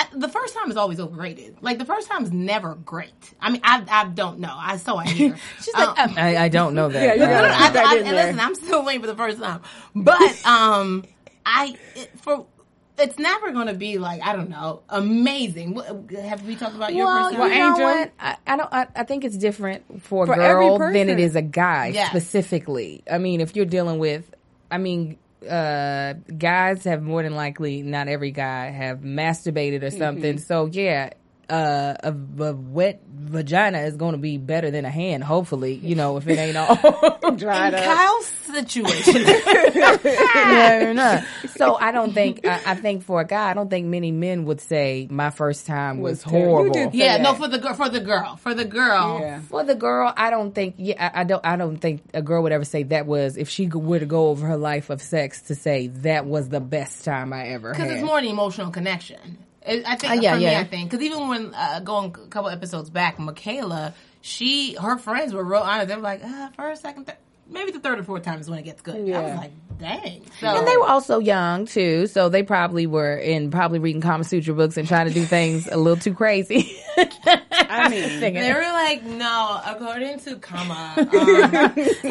[SPEAKER 4] of the first time is always overrated. Like the first time is never great. I mean, I I don't know. I so I hear. She's like, um,
[SPEAKER 2] I, I don't know "Oh, that.
[SPEAKER 3] Yeah, you
[SPEAKER 4] [LAUGHS]
[SPEAKER 3] gotta
[SPEAKER 4] I,
[SPEAKER 3] put that
[SPEAKER 4] I-
[SPEAKER 3] in
[SPEAKER 4] and
[SPEAKER 3] there.
[SPEAKER 4] listen, I'm still waiting for the first time, but um, I it, for. It's never going to be like I don't know, amazing. What, have we talked about your
[SPEAKER 2] well,
[SPEAKER 4] first
[SPEAKER 2] you
[SPEAKER 4] time?
[SPEAKER 2] know
[SPEAKER 3] Angel?
[SPEAKER 2] what? I, I don't. I, I think it's different for a
[SPEAKER 3] For every
[SPEAKER 2] girl than
[SPEAKER 3] person.
[SPEAKER 2] it is a guy
[SPEAKER 4] Yeah.
[SPEAKER 2] specifically. I mean, if you're dealing with, I mean, uh, guys have more than likely not every guy have masturbated or something. So yeah, uh, a, a wet vagina is going to be better than a hand, hopefully, you know, if it ain't all [LAUGHS] dried
[SPEAKER 4] [LAUGHS]
[SPEAKER 2] up.
[SPEAKER 4] Kyle's situation.
[SPEAKER 2] No, no, no. So I don't think, I, I think for a guy, I don't think many men would say my first time was,
[SPEAKER 3] Was terrible." You
[SPEAKER 2] horrible.
[SPEAKER 3] did
[SPEAKER 4] yeah,
[SPEAKER 3] that.
[SPEAKER 4] no, for the girl, for the girl, for the girl.
[SPEAKER 3] Yeah.
[SPEAKER 2] Well, the girl, I don't think. Yeah, I, I don't. I don't think a girl would ever say that was if she were to go over her life of sex to say that was the best time I ever had.
[SPEAKER 4] Because it's more an emotional connection. It, I think
[SPEAKER 2] Uh, yeah,
[SPEAKER 4] for me,
[SPEAKER 2] yeah.
[SPEAKER 4] I think because even when uh, going a couple episodes back, Michaela, she her friends were real honest. They were like, uh, first, second, third, maybe the third or fourth time is when it gets good. I was
[SPEAKER 3] Yeah.
[SPEAKER 4] like, dang. So
[SPEAKER 2] and they were also young too, so they probably were in probably reading Kama Sutra books and trying to do things a little too crazy. [LAUGHS]
[SPEAKER 3] I mean,
[SPEAKER 4] They were like, no, according to
[SPEAKER 2] [LAUGHS]
[SPEAKER 4] comma, um,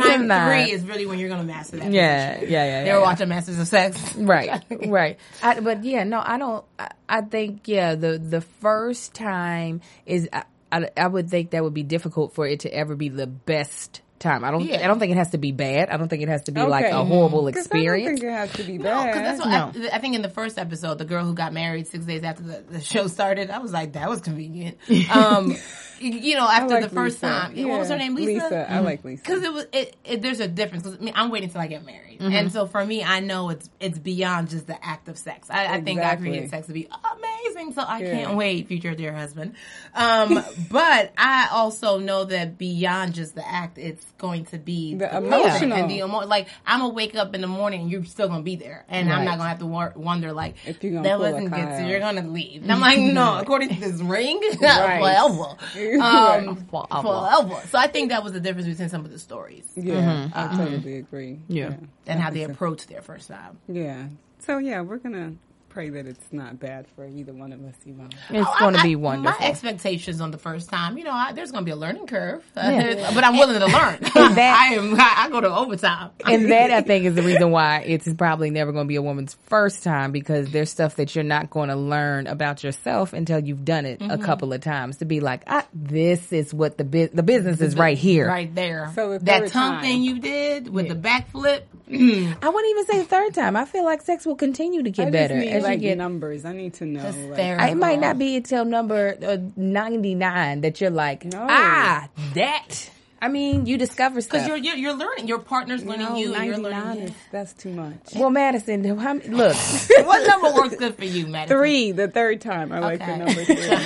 [SPEAKER 4] time
[SPEAKER 2] not.
[SPEAKER 4] three is really when you're gonna master that.
[SPEAKER 2] yeah, yeah, yeah.
[SPEAKER 4] position.
[SPEAKER 2] yeah,
[SPEAKER 4] They were
[SPEAKER 2] yeah.
[SPEAKER 4] watching Masters of Sex.
[SPEAKER 2] [LAUGHS] right right I, but yeah no i don't I, I think yeah the the first time is I, I, I would think that would be difficult for it to ever be the best time i don't
[SPEAKER 4] Yeah.
[SPEAKER 2] i don't think it has to be bad i don't think it has to be like
[SPEAKER 3] Okay.
[SPEAKER 2] a horrible
[SPEAKER 3] 'Cause I don't think
[SPEAKER 2] experience
[SPEAKER 3] it has to be
[SPEAKER 4] No, 'cause
[SPEAKER 3] bad.
[SPEAKER 4] that's what I, th- I think in the first episode, the girl who got married six days after the, the show started, I was like, that was convenient.
[SPEAKER 3] [LAUGHS]
[SPEAKER 4] Um, y- you know, after
[SPEAKER 3] like
[SPEAKER 4] the first
[SPEAKER 3] Lisa.
[SPEAKER 4] time, what was her
[SPEAKER 3] Yeah.
[SPEAKER 4] name? Lisa.
[SPEAKER 3] Lisa. I like Lisa.
[SPEAKER 4] Because it was, it, it, there's a difference. 'Cause, I mean, I'm waiting till I get married,
[SPEAKER 3] Mm-hmm.
[SPEAKER 4] and so for me, I know it's it's beyond just the act of sex. I, I think God
[SPEAKER 3] Exactly.
[SPEAKER 4] created sex to be amazing, so I
[SPEAKER 3] Yeah.
[SPEAKER 4] can't wait, future dear husband.
[SPEAKER 3] [LAUGHS]
[SPEAKER 4] Um, but I also know that beyond just the act, it's going to be
[SPEAKER 3] The
[SPEAKER 4] person
[SPEAKER 3] emotional.
[SPEAKER 4] and the emo- like. I'm gonna wake up in the morning, and you're still gonna be there, and I'm not
[SPEAKER 2] Right.
[SPEAKER 4] gonna have to wor- wonder like
[SPEAKER 3] If you gonna
[SPEAKER 4] that
[SPEAKER 3] pull a
[SPEAKER 4] wasn't good, so
[SPEAKER 3] Kyle.
[SPEAKER 4] you're gonna leave. And I'm
[SPEAKER 3] [LAUGHS]
[SPEAKER 4] like, no, according to this ring, [LAUGHS]
[SPEAKER 3] Right.
[SPEAKER 4] forever,
[SPEAKER 3] [LAUGHS] Right.
[SPEAKER 4] um, forever. So I think that was the difference between some of the stories
[SPEAKER 3] Yeah,
[SPEAKER 4] Mm-hmm.
[SPEAKER 3] I totally agree.
[SPEAKER 2] Yeah.
[SPEAKER 4] and how they approached their first time.
[SPEAKER 3] yeah, Yeah. So yeah, we're gonna pray that it's not bad for either one of us, Yvonne.
[SPEAKER 2] it's
[SPEAKER 4] Oh, I-
[SPEAKER 2] going to
[SPEAKER 4] I-
[SPEAKER 2] be wonderful
[SPEAKER 4] My expectations on the first time, you know, I, there's going to be a learning curve, [LAUGHS]
[SPEAKER 2] Yeah.
[SPEAKER 4] but I'm willing to
[SPEAKER 3] [LAUGHS]
[SPEAKER 4] learn.
[SPEAKER 2] that-
[SPEAKER 4] [LAUGHS] I am. I, I go to overtime.
[SPEAKER 2] and that I think is the reason why it's probably never going to be a woman's first time because there's stuff that you're not going to learn about yourself until you've done it a couple of times to be like, ah, this is what the bu- the business is right here.
[SPEAKER 4] Right there,
[SPEAKER 3] So the
[SPEAKER 4] that
[SPEAKER 3] third
[SPEAKER 4] tongue
[SPEAKER 3] time.
[SPEAKER 4] thing you did with the backflip.
[SPEAKER 2] I wouldn't even say third time. I feel like sex will continue to get
[SPEAKER 3] I
[SPEAKER 2] better
[SPEAKER 3] just need
[SPEAKER 2] as
[SPEAKER 3] like
[SPEAKER 2] you get.
[SPEAKER 3] numbers. I need to know. like-
[SPEAKER 2] I- it might not be until number uh, ninety nine that you're like,
[SPEAKER 3] No.
[SPEAKER 2] ah, that. I mean, you discover stuff.
[SPEAKER 4] because you're, you're you're learning. Your partner's learning
[SPEAKER 3] no,
[SPEAKER 4] you, and you're
[SPEAKER 3] 99
[SPEAKER 4] learning.
[SPEAKER 3] oh, is that's too much.
[SPEAKER 2] well, Madison, how, m- [LAUGHS] look,
[SPEAKER 4] you. what number works good for you, Madison?
[SPEAKER 3] Three, the third time. I like the
[SPEAKER 4] Okay.
[SPEAKER 3] number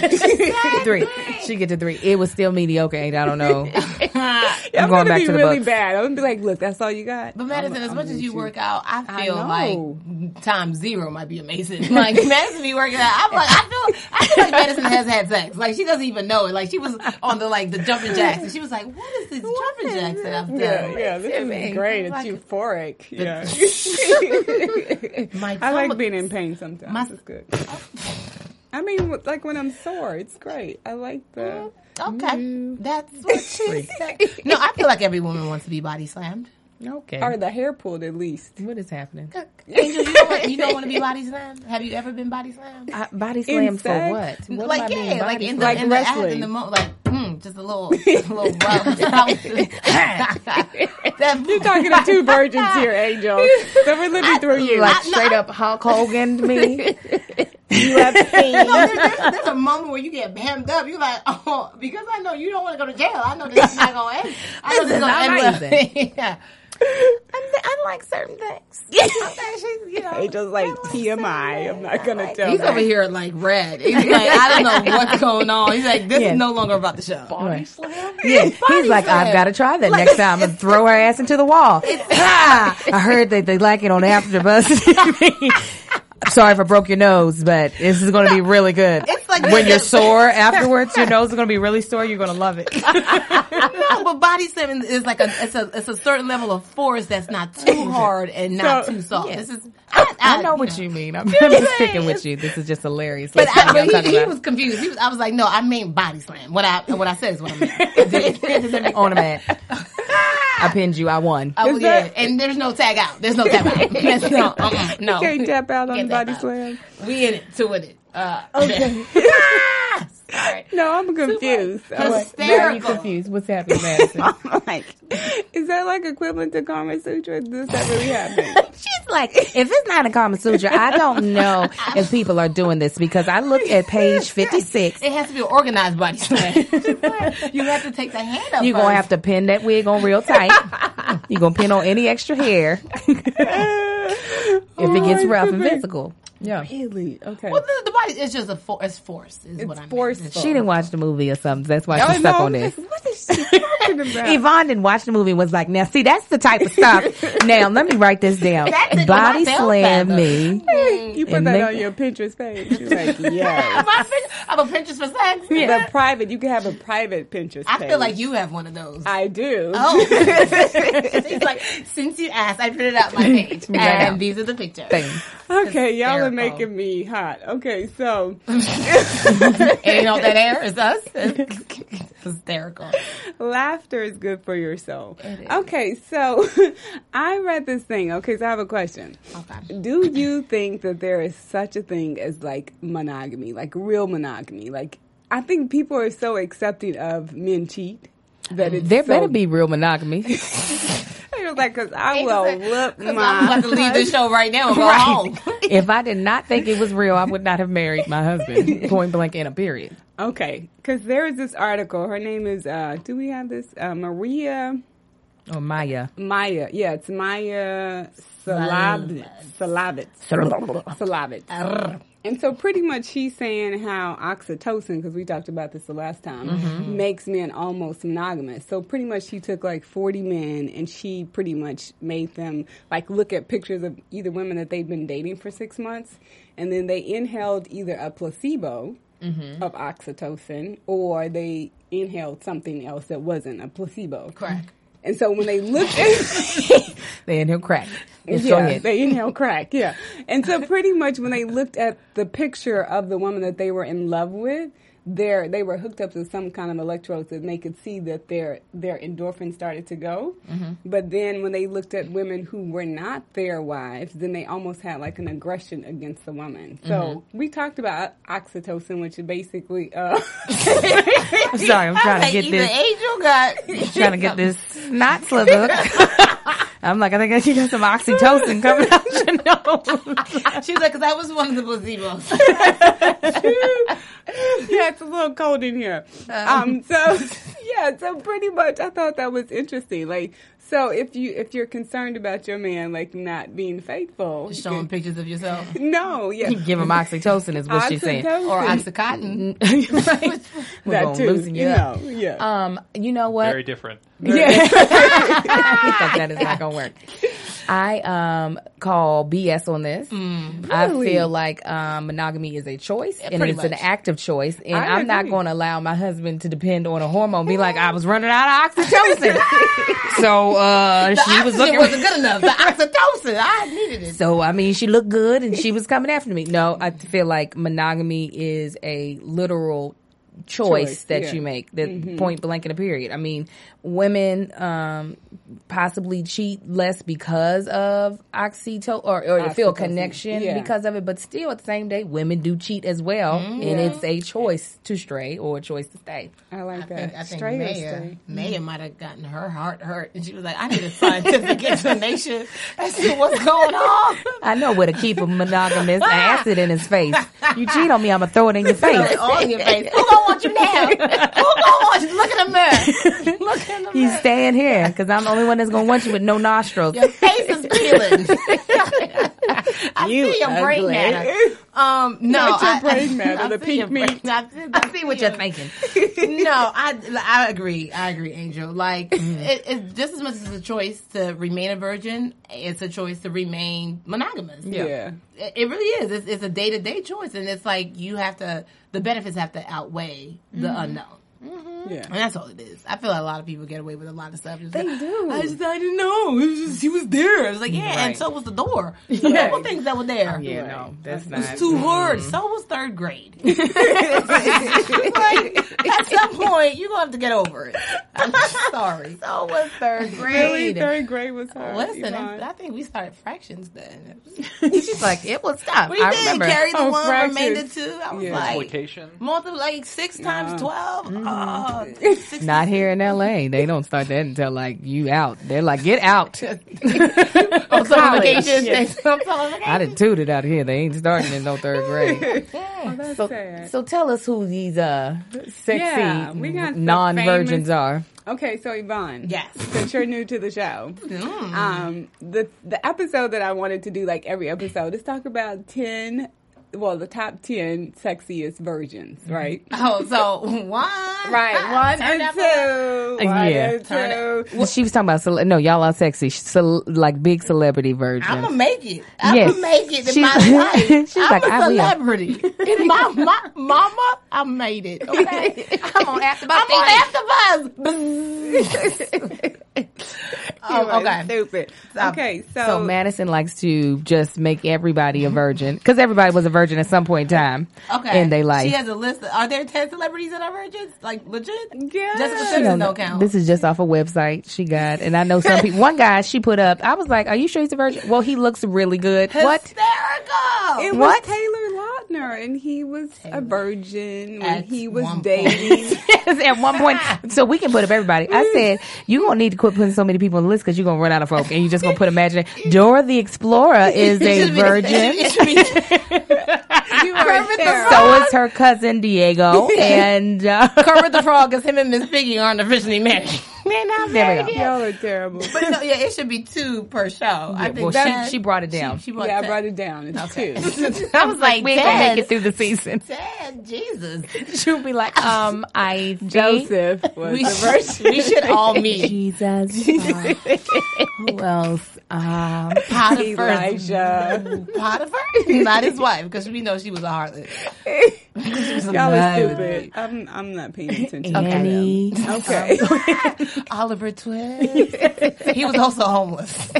[SPEAKER 4] [LAUGHS]
[SPEAKER 3] three.
[SPEAKER 2] three. She get to three. It was still mediocre. Ain't I don't [LAUGHS] know.
[SPEAKER 3] I'm,
[SPEAKER 2] I'm going
[SPEAKER 3] gonna
[SPEAKER 2] back
[SPEAKER 3] be
[SPEAKER 2] to the
[SPEAKER 3] really
[SPEAKER 2] books.
[SPEAKER 3] bad. I'm gonna be like, look, that's all you got.
[SPEAKER 4] But Madison, as much as you work out, I feel
[SPEAKER 3] know.
[SPEAKER 4] like time zero might be amazing.
[SPEAKER 3] [LAUGHS]
[SPEAKER 4] Like Madison be working out, I'm like I feel I feel like Madison has had sex. Like she doesn't even know it. Like she was on the like the jumping jacks, and she was like, "What is this jumping jacks that I've done?"
[SPEAKER 3] Yeah, yeah, this is great. It's
[SPEAKER 4] Like-
[SPEAKER 3] euphoric.
[SPEAKER 4] [LAUGHS]
[SPEAKER 3] Yeah, [LAUGHS]
[SPEAKER 4] My
[SPEAKER 3] I like
[SPEAKER 4] tongue-
[SPEAKER 3] being in pain sometimes.
[SPEAKER 4] My-
[SPEAKER 3] it's good. I mean, with- like when I'm sore, it's great. I like the.
[SPEAKER 4] Okay, that's what she said. No, I feel like every woman wants to be body
[SPEAKER 3] [LAUGHS]
[SPEAKER 4] slammed.
[SPEAKER 2] Okay.
[SPEAKER 3] Or the hair pulled at least. [LAUGHS]
[SPEAKER 2] what is happening?
[SPEAKER 4] Angel, you don't, want, you don't want to be body slammed. Have you ever been body slammed?
[SPEAKER 2] I, body slam for
[SPEAKER 3] sex?
[SPEAKER 2] what? What
[SPEAKER 4] like
[SPEAKER 2] do I mean
[SPEAKER 4] yeah,
[SPEAKER 2] body
[SPEAKER 4] like in the
[SPEAKER 2] slam?
[SPEAKER 4] in the act,
[SPEAKER 3] wrestling.
[SPEAKER 4] in the mo- like mm, just a
[SPEAKER 2] [LAUGHS]
[SPEAKER 4] little, just a little rub. [LAUGHS] that,
[SPEAKER 3] You're talking to two virgins here, Angel. So we're living through you.
[SPEAKER 2] like straight up Hulk Hogan to me.
[SPEAKER 4] [LAUGHS] No, there- there's, there's a moment where you get bammed up. You're like, oh, because I know you don't want to go to jail. I know this is not
[SPEAKER 2] [LAUGHS]
[SPEAKER 4] going to end. I know
[SPEAKER 2] This is
[SPEAKER 4] gonna
[SPEAKER 2] amazing.
[SPEAKER 4] well. [LAUGHS] yeah.
[SPEAKER 2] [LAUGHS] I like certain things.
[SPEAKER 4] Okay, she's, you know,
[SPEAKER 3] Angel's like TMI. I'm not gonna tell.
[SPEAKER 4] He's
[SPEAKER 3] her.
[SPEAKER 4] over here like [LAUGHS] red. He's like, I don't know what's going on. He's like, this
[SPEAKER 2] Yeah.
[SPEAKER 4] is no longer about the show.
[SPEAKER 5] Body slam?
[SPEAKER 2] Yeah, he's like,
[SPEAKER 4] slam.
[SPEAKER 2] I've got to try that next time and throw her ass into the wall. [LAUGHS] Ah, I heard that they like it on After [LAUGHS] Buzz TV. I'm sorry if I broke your nose, but this is going to be really good.
[SPEAKER 4] It's like
[SPEAKER 2] when you're sore afterwards, your nose is going to be really sore. You're going to love it.
[SPEAKER 4] No, but body slamming is like a it's a it's a certain level of force that's not
[SPEAKER 2] [LAUGHS]
[SPEAKER 4] too hard and not
[SPEAKER 3] So-
[SPEAKER 4] too soft. This is I, I,
[SPEAKER 2] I know what you mean. I'm, I'm
[SPEAKER 4] what I'm
[SPEAKER 2] just picking
[SPEAKER 4] saying?
[SPEAKER 2] with you. This is just hilarious.
[SPEAKER 4] But,
[SPEAKER 2] Let's see
[SPEAKER 4] [LAUGHS] I,
[SPEAKER 2] what I'm
[SPEAKER 4] but
[SPEAKER 2] talking
[SPEAKER 4] he, he
[SPEAKER 2] about.
[SPEAKER 4] was confused. He was, I was like, no, I mean body slam. What I what I said is what I meant. Does that make
[SPEAKER 2] [LAUGHS] on a mat. I pinned you. I won. [LAUGHS]
[SPEAKER 4] Oh
[SPEAKER 3] Is
[SPEAKER 4] yeah,
[SPEAKER 3] that-
[SPEAKER 4] and there's no tag out. There's no tag out. That's no, uh-uh, no.
[SPEAKER 3] Can't tap out on the
[SPEAKER 4] Can't tap
[SPEAKER 3] body
[SPEAKER 4] out.
[SPEAKER 3] slam.
[SPEAKER 4] We in it, two in it. Uh, okay. Sorry.
[SPEAKER 3] No, I'm confused. I'm like,
[SPEAKER 4] Hysterical.
[SPEAKER 2] What's happening, [LAUGHS] Madison?
[SPEAKER 3] I'm like, is that like equivalent to Karma Sutra? Does that really happen?
[SPEAKER 4] She's
[SPEAKER 2] like, if it's not a Kama Sutra, I don't [LAUGHS] know if people are doing this because I look at page 56.
[SPEAKER 4] It has to be an organized body slam. you have to take the hand up.
[SPEAKER 2] You're going to have to pin that wig on real tight. You're going to pin on any extra hair if it
[SPEAKER 3] Oh,
[SPEAKER 2] gets rough and physical. Oh, Yeah.
[SPEAKER 3] Really? Okay.
[SPEAKER 4] Well, the, the body is just a for, it's force. [LAUGHS] Is what I mean.
[SPEAKER 3] forceful.
[SPEAKER 2] She didn't watch the movie or something. That's why
[SPEAKER 3] I
[SPEAKER 2] she's stuck
[SPEAKER 3] know,
[SPEAKER 2] on
[SPEAKER 3] I'm
[SPEAKER 2] this.
[SPEAKER 3] like, What is she talking about?
[SPEAKER 2] Yvonne didn't watch the movie and was like, now see, that's the type of
[SPEAKER 3] [LAUGHS]
[SPEAKER 2] stuff. now, let me write this down.
[SPEAKER 4] That's it,
[SPEAKER 2] Body
[SPEAKER 4] when I fell
[SPEAKER 2] slam
[SPEAKER 4] fathom.
[SPEAKER 2] me.
[SPEAKER 3] you put
[SPEAKER 2] And
[SPEAKER 3] that
[SPEAKER 2] they-
[SPEAKER 3] on your Pinterest page. You're like, yeah.
[SPEAKER 4] Am I fin- I'm a Pinterest for sex.
[SPEAKER 3] The private, you can have a private Pinterest.
[SPEAKER 4] I feel
[SPEAKER 3] page.
[SPEAKER 4] like you have one of those.
[SPEAKER 3] I do. [LAUGHS]
[SPEAKER 4] Oh, it's like since you asked, I printed out my page, and
[SPEAKER 2] Right.
[SPEAKER 4] these are the pictures.
[SPEAKER 3] okay, y'all are
[SPEAKER 4] hysterical.
[SPEAKER 3] making me hot. Okay, so
[SPEAKER 4] And you know [LAUGHS] what that air is us. hysterical.
[SPEAKER 3] laughter is good for your soul.
[SPEAKER 4] is.
[SPEAKER 3] Okay, so [LAUGHS] I read this thing. Okay, so I have a question.
[SPEAKER 4] Okay.
[SPEAKER 3] Do you think that there is such a thing as like monogamy, like real monogamy? Like, I think people are so accepting of men cheat that it's
[SPEAKER 2] There
[SPEAKER 3] so-
[SPEAKER 2] better be real monogamy.
[SPEAKER 3] It was like, cause I will look
[SPEAKER 4] I'm
[SPEAKER 3] my.
[SPEAKER 4] about to leave the show right now and go home.
[SPEAKER 2] if I did not think it was real, I would not have married my
[SPEAKER 3] [LAUGHS]
[SPEAKER 2] husband. Point blank in a period.
[SPEAKER 3] Okay, because there is this article. Her name is. uh Do we have this? Uh, Maria
[SPEAKER 2] Or Oh,
[SPEAKER 3] [LAUGHS]
[SPEAKER 2] Maya.
[SPEAKER 3] Maya. Yeah, it's Maya Salavitz. Salavitz. Salavitz. And so, pretty much, she's saying how oxytocin, because we talked about this the last time, makes men almost monogamous. So, pretty much, she took like 40 men and she pretty much made them like look at pictures of either women that they've been dating for six months, and then they inhaled either a placebo of oxytocin or they inhaled something else that wasn't a placebo.
[SPEAKER 4] Crack.
[SPEAKER 3] And so, when they looked at. [LAUGHS]
[SPEAKER 2] Then he'll crack. Yes, go
[SPEAKER 3] Yeah,
[SPEAKER 2] ahead.
[SPEAKER 3] they inhale crack. Yeah, and so pretty much when they looked at the picture of the woman that they were in love with, their they were hooked up to some kind of electrodes, and they could see that their their endorphins started to go. But then when they looked at women who were not their wives, then they almost had like an aggression against the woman. So we talked about oxytocin, which is basically uh, [LAUGHS]
[SPEAKER 2] I'm sorry, I'm trying
[SPEAKER 4] Like,
[SPEAKER 2] to get
[SPEAKER 4] either
[SPEAKER 2] this.
[SPEAKER 4] angel got
[SPEAKER 2] Trying to get
[SPEAKER 4] [LAUGHS]
[SPEAKER 2] this snot slither. [LAUGHS] I'm like, I think I should get some oxytocin coming out your nose.
[SPEAKER 4] She's like, because I was one of the placebos.
[SPEAKER 3] yeah, it's a little cold in here.
[SPEAKER 2] Oh.
[SPEAKER 3] Um, so [LAUGHS] yeah, so pretty much, I thought that was interesting. Like, so if you if you're concerned about your man like not being faithful, you
[SPEAKER 4] Showing pictures of yourself
[SPEAKER 3] could-
[SPEAKER 2] [LAUGHS]
[SPEAKER 3] no, yeah,
[SPEAKER 2] Give him oxytocin is what she's saying.
[SPEAKER 4] [LAUGHS]
[SPEAKER 3] Oxytocin.
[SPEAKER 4] or oxycontin.
[SPEAKER 2] right? We're
[SPEAKER 3] that
[SPEAKER 2] gonna
[SPEAKER 3] too,
[SPEAKER 2] loosen
[SPEAKER 3] you
[SPEAKER 2] you up.
[SPEAKER 3] know, yeah.
[SPEAKER 2] Um, you know what?
[SPEAKER 5] Very different.
[SPEAKER 2] [LAUGHS] because that is not gonna work. I um call BS on this. I feel like um, monogamy is a choice and
[SPEAKER 4] pretty
[SPEAKER 2] it's an
[SPEAKER 4] much.
[SPEAKER 2] active choice, and
[SPEAKER 3] I
[SPEAKER 2] I am not
[SPEAKER 3] agree.
[SPEAKER 2] going to allow my husband to depend on a hormone. Be like, I was running out [LAUGHS] of oxytocin, so uh,
[SPEAKER 4] The
[SPEAKER 2] she was
[SPEAKER 4] oxygen
[SPEAKER 2] looking.
[SPEAKER 4] wasn't good enough. The oxytocin, I needed it.
[SPEAKER 2] so I mean, she looked good and she was coming after me. No, I feel like monogamy is a literal choice,
[SPEAKER 3] Choice,
[SPEAKER 2] that
[SPEAKER 3] yeah. Mm-hmm.
[SPEAKER 2] you make that point blank in a period. I mean, women um possibly cheat less because of oxytocin or, or they feel
[SPEAKER 3] Oxytocin,
[SPEAKER 2] connection
[SPEAKER 3] yeah.
[SPEAKER 2] because of it, but still at the same day women do cheat as well
[SPEAKER 3] Mm-hmm.
[SPEAKER 2] and it's a choice to stray or a choice to stay.
[SPEAKER 3] I like
[SPEAKER 4] I think,
[SPEAKER 3] that.
[SPEAKER 4] I think
[SPEAKER 3] Straight or
[SPEAKER 4] Maya,
[SPEAKER 2] [LAUGHS]
[SPEAKER 3] straight?
[SPEAKER 4] Maya might have gotten her heart hurt, and she was like, "I need a scientific explanation as to what's going on."
[SPEAKER 2] I know where to keep a
[SPEAKER 3] [LAUGHS]
[SPEAKER 2] monogamous acid in his face. You cheat on me, I'm gonna throw it in your face.
[SPEAKER 4] All in your face. Who gonna want you now? Who gonna want you? Look in the mirror. Look in the
[SPEAKER 2] You
[SPEAKER 4] mirror.
[SPEAKER 2] staying here because I'm the only one that's gonna want you with no nostrils. [LAUGHS]
[SPEAKER 4] Your face is peeling. I see your brain
[SPEAKER 2] ugly.
[SPEAKER 4] matter. Um, no,
[SPEAKER 3] Not your
[SPEAKER 4] [LAUGHS] I-
[SPEAKER 3] brain matter,
[SPEAKER 4] I
[SPEAKER 3] the
[SPEAKER 4] see
[SPEAKER 3] pink
[SPEAKER 4] your brain-
[SPEAKER 3] meat.
[SPEAKER 4] I see,
[SPEAKER 2] I see what you're thinking. Mm.
[SPEAKER 4] no, I I agree. I agree, Angel. Like it, it's just as much as a choice to remain a virgin, it's a choice to remain monogamous.
[SPEAKER 3] Yeah.
[SPEAKER 4] It, it really is. It's, it's a day to day choice, and it's like you have to. The benefits have to outweigh the
[SPEAKER 2] Mm-hmm.
[SPEAKER 4] unknown. And
[SPEAKER 3] yeah,
[SPEAKER 4] that's all it is. I feel like a lot of people get away with a lot of stuff. They
[SPEAKER 3] do.
[SPEAKER 4] I just I didn't know. It was just he was there. I was like, yeah, and so was the door. So there were things that were there.
[SPEAKER 2] Yeah, no, that's
[SPEAKER 4] It
[SPEAKER 2] not.
[SPEAKER 4] was too hard. So was third grade. [LAUGHS] like, at some point, you're going to have to get over it. I'm sorry. So was third
[SPEAKER 3] really,
[SPEAKER 4] grade.
[SPEAKER 3] third grade was
[SPEAKER 4] [LAUGHS]
[SPEAKER 3] hard.
[SPEAKER 4] Listen,
[SPEAKER 3] Yvonne.
[SPEAKER 4] I think we started fractions then.
[SPEAKER 2] She's like, it was tough.
[SPEAKER 4] We
[SPEAKER 2] I
[SPEAKER 4] did
[SPEAKER 2] remember.
[SPEAKER 4] carry the
[SPEAKER 3] Oh,
[SPEAKER 4] one, remainder
[SPEAKER 3] fractions.
[SPEAKER 4] two. I was
[SPEAKER 3] Yeah.
[SPEAKER 4] like,
[SPEAKER 5] Application.
[SPEAKER 4] multiple, like six times 12. Oh, Oh, six-
[SPEAKER 2] Not here in LA. They don't start that until like you out. They're like, get [LAUGHS] out.
[SPEAKER 4] oh, some
[SPEAKER 2] college.
[SPEAKER 4] vacations. Some vacations.
[SPEAKER 2] I done tooted out here. They ain't starting in no third grade.
[SPEAKER 3] That's
[SPEAKER 2] [LAUGHS]
[SPEAKER 3] sad.
[SPEAKER 2] So tell us who these uh sexy
[SPEAKER 3] Yeah, we got the
[SPEAKER 2] non virgins
[SPEAKER 3] famous-
[SPEAKER 2] are.
[SPEAKER 3] Okay, so Yvonne.
[SPEAKER 4] Yes.
[SPEAKER 3] Since you're new to the show. Um, the the episode that I wanted to do, like every episode, is talk about ten well, the top ten sexiest virgins, right?
[SPEAKER 4] [LAUGHS] Oh, so one.
[SPEAKER 3] Right. One
[SPEAKER 4] Turn
[SPEAKER 3] and
[SPEAKER 4] that
[SPEAKER 3] two. One
[SPEAKER 2] Yeah.
[SPEAKER 3] and
[SPEAKER 4] Turn
[SPEAKER 2] [LAUGHS]
[SPEAKER 3] two.
[SPEAKER 2] Well, she was talking about cele- no, y'all are sexy, cel- like big celebrity virgins.
[SPEAKER 4] I'm gonna make it. I'm
[SPEAKER 2] Yes.
[SPEAKER 4] gonna make it in
[SPEAKER 2] She's-
[SPEAKER 4] my life.
[SPEAKER 2] [LAUGHS] she's
[SPEAKER 4] I'm
[SPEAKER 2] like,
[SPEAKER 4] a
[SPEAKER 2] I will.
[SPEAKER 4] celebrity. In my, my mama, I made it.
[SPEAKER 3] [LAUGHS]
[SPEAKER 4] Okay, I'm on after bus. I'm on after bus.
[SPEAKER 3] You are
[SPEAKER 4] oh, okay.
[SPEAKER 3] Stupid.
[SPEAKER 4] Stop.
[SPEAKER 3] Okay, so,
[SPEAKER 2] so Oh, Madison likes to just make everybody a virgin because everybody was a virgin at some point in time
[SPEAKER 4] Okay.
[SPEAKER 2] in their life.
[SPEAKER 4] She has a list. Of, are there ten celebrities that are virgins? Like legit?
[SPEAKER 3] Yeah.
[SPEAKER 4] Jessica
[SPEAKER 2] I
[SPEAKER 4] Simpson
[SPEAKER 2] don't
[SPEAKER 4] don't
[SPEAKER 2] know.
[SPEAKER 4] count.
[SPEAKER 2] This is just off a website she got, and I know
[SPEAKER 4] [LAUGHS]
[SPEAKER 2] some people. One guy she put up, I was like, "Are you sure he's a virgin?" Well, he looks really good.
[SPEAKER 4] [LAUGHS]
[SPEAKER 2] What? [LAUGHS]
[SPEAKER 4] Hysterical.
[SPEAKER 3] it
[SPEAKER 2] What?
[SPEAKER 3] was Taylor Lautner, and he was a virgin when
[SPEAKER 4] At
[SPEAKER 3] he was
[SPEAKER 4] one point.
[SPEAKER 3] dating.
[SPEAKER 2] at one point, so we can put up everybody. I
[SPEAKER 4] Mm.
[SPEAKER 2] said, "You gonna need to quit putting so many people on the list because you're gonna run out of folk, and you just gonna
[SPEAKER 4] [LAUGHS]
[SPEAKER 2] put imaginary." Dora the Explorer is a virgin.
[SPEAKER 4] It should be-
[SPEAKER 3] [LAUGHS] you are
[SPEAKER 4] Kermit the
[SPEAKER 3] hysterical.
[SPEAKER 2] So is her cousin
[SPEAKER 4] [LAUGHS]
[SPEAKER 2] Diego, and uh,
[SPEAKER 4] Kermit the Frog is him and Miss Piggy aren't officially [LAUGHS] married. They're not
[SPEAKER 2] There we go.
[SPEAKER 4] married. yet.
[SPEAKER 3] Y'all are terrible.
[SPEAKER 4] But no, yeah, it should be two per show. I think
[SPEAKER 2] [LAUGHS] well,
[SPEAKER 4] that-
[SPEAKER 2] she, she brought it down.
[SPEAKER 4] she brought
[SPEAKER 3] yeah, I
[SPEAKER 4] ten.
[SPEAKER 3] brought it down. It's two.
[SPEAKER 4] I was like,
[SPEAKER 2] we ain't gonna
[SPEAKER 4] Dad,
[SPEAKER 2] make it through the season.
[SPEAKER 4] Dad, Jesus.
[SPEAKER 2] She'll be like, "Um, [LAUGHS] I think
[SPEAKER 3] Joseph was
[SPEAKER 4] We
[SPEAKER 3] the virgin.
[SPEAKER 4] should, [LAUGHS] we should all
[SPEAKER 3] [LAUGHS]
[SPEAKER 4] meet.
[SPEAKER 2] Jesus. Uh, who else? Um,
[SPEAKER 4] Potiphar's
[SPEAKER 3] Elijah.
[SPEAKER 4] Potiphar? Not his wife, because we know she was a harlot.
[SPEAKER 3] Y'all are stupid. I'm, I'm not paying attention.
[SPEAKER 2] Annie.
[SPEAKER 3] Okay.
[SPEAKER 4] Oliver
[SPEAKER 3] [LAUGHS]
[SPEAKER 4] Twist. he was also homeless.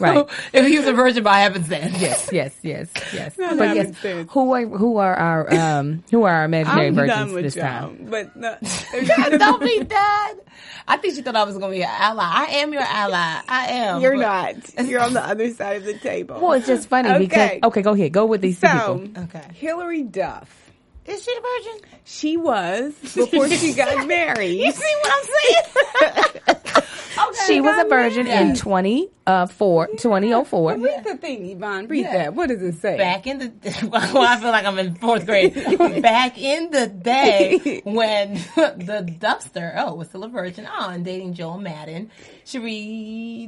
[SPEAKER 2] Right.
[SPEAKER 4] [LAUGHS] if he was a virgin by happenstance.
[SPEAKER 2] Yes, yes, yes, yes.
[SPEAKER 3] No,
[SPEAKER 2] but
[SPEAKER 3] that
[SPEAKER 2] yes,
[SPEAKER 3] makes sense.
[SPEAKER 2] who are who are our um who are our imaginary
[SPEAKER 3] I'm done
[SPEAKER 2] virgins
[SPEAKER 3] with
[SPEAKER 2] this
[SPEAKER 3] y'all.
[SPEAKER 2] time? [LAUGHS]
[SPEAKER 3] But no,
[SPEAKER 4] [LAUGHS] Don't be done. I think she thought I was going to be an ally. I am your ally. I am.
[SPEAKER 3] you're
[SPEAKER 4] But-
[SPEAKER 3] not. You're on the other side of the table.
[SPEAKER 2] Well, it's just funny because
[SPEAKER 3] Okay.
[SPEAKER 2] okay, go ahead, go with these
[SPEAKER 3] so,
[SPEAKER 2] people.
[SPEAKER 4] Okay.
[SPEAKER 3] Hillary Duff.
[SPEAKER 4] Is she a virgin?
[SPEAKER 3] She was
[SPEAKER 2] [LAUGHS]
[SPEAKER 3] before she got married.
[SPEAKER 4] See what I'm saying? okay.
[SPEAKER 2] She was a virgin in 20, uh, four, 2004.
[SPEAKER 3] Read the thing, Yvonne. Read
[SPEAKER 4] Yeah.
[SPEAKER 3] that. What does it say?
[SPEAKER 4] back in the [LAUGHS] well, I feel like I'm in fourth
[SPEAKER 3] [LAUGHS]
[SPEAKER 4] grade. back in the day when [LAUGHS] the dumpster, oh, was still a virgin on dating Joel Madden, she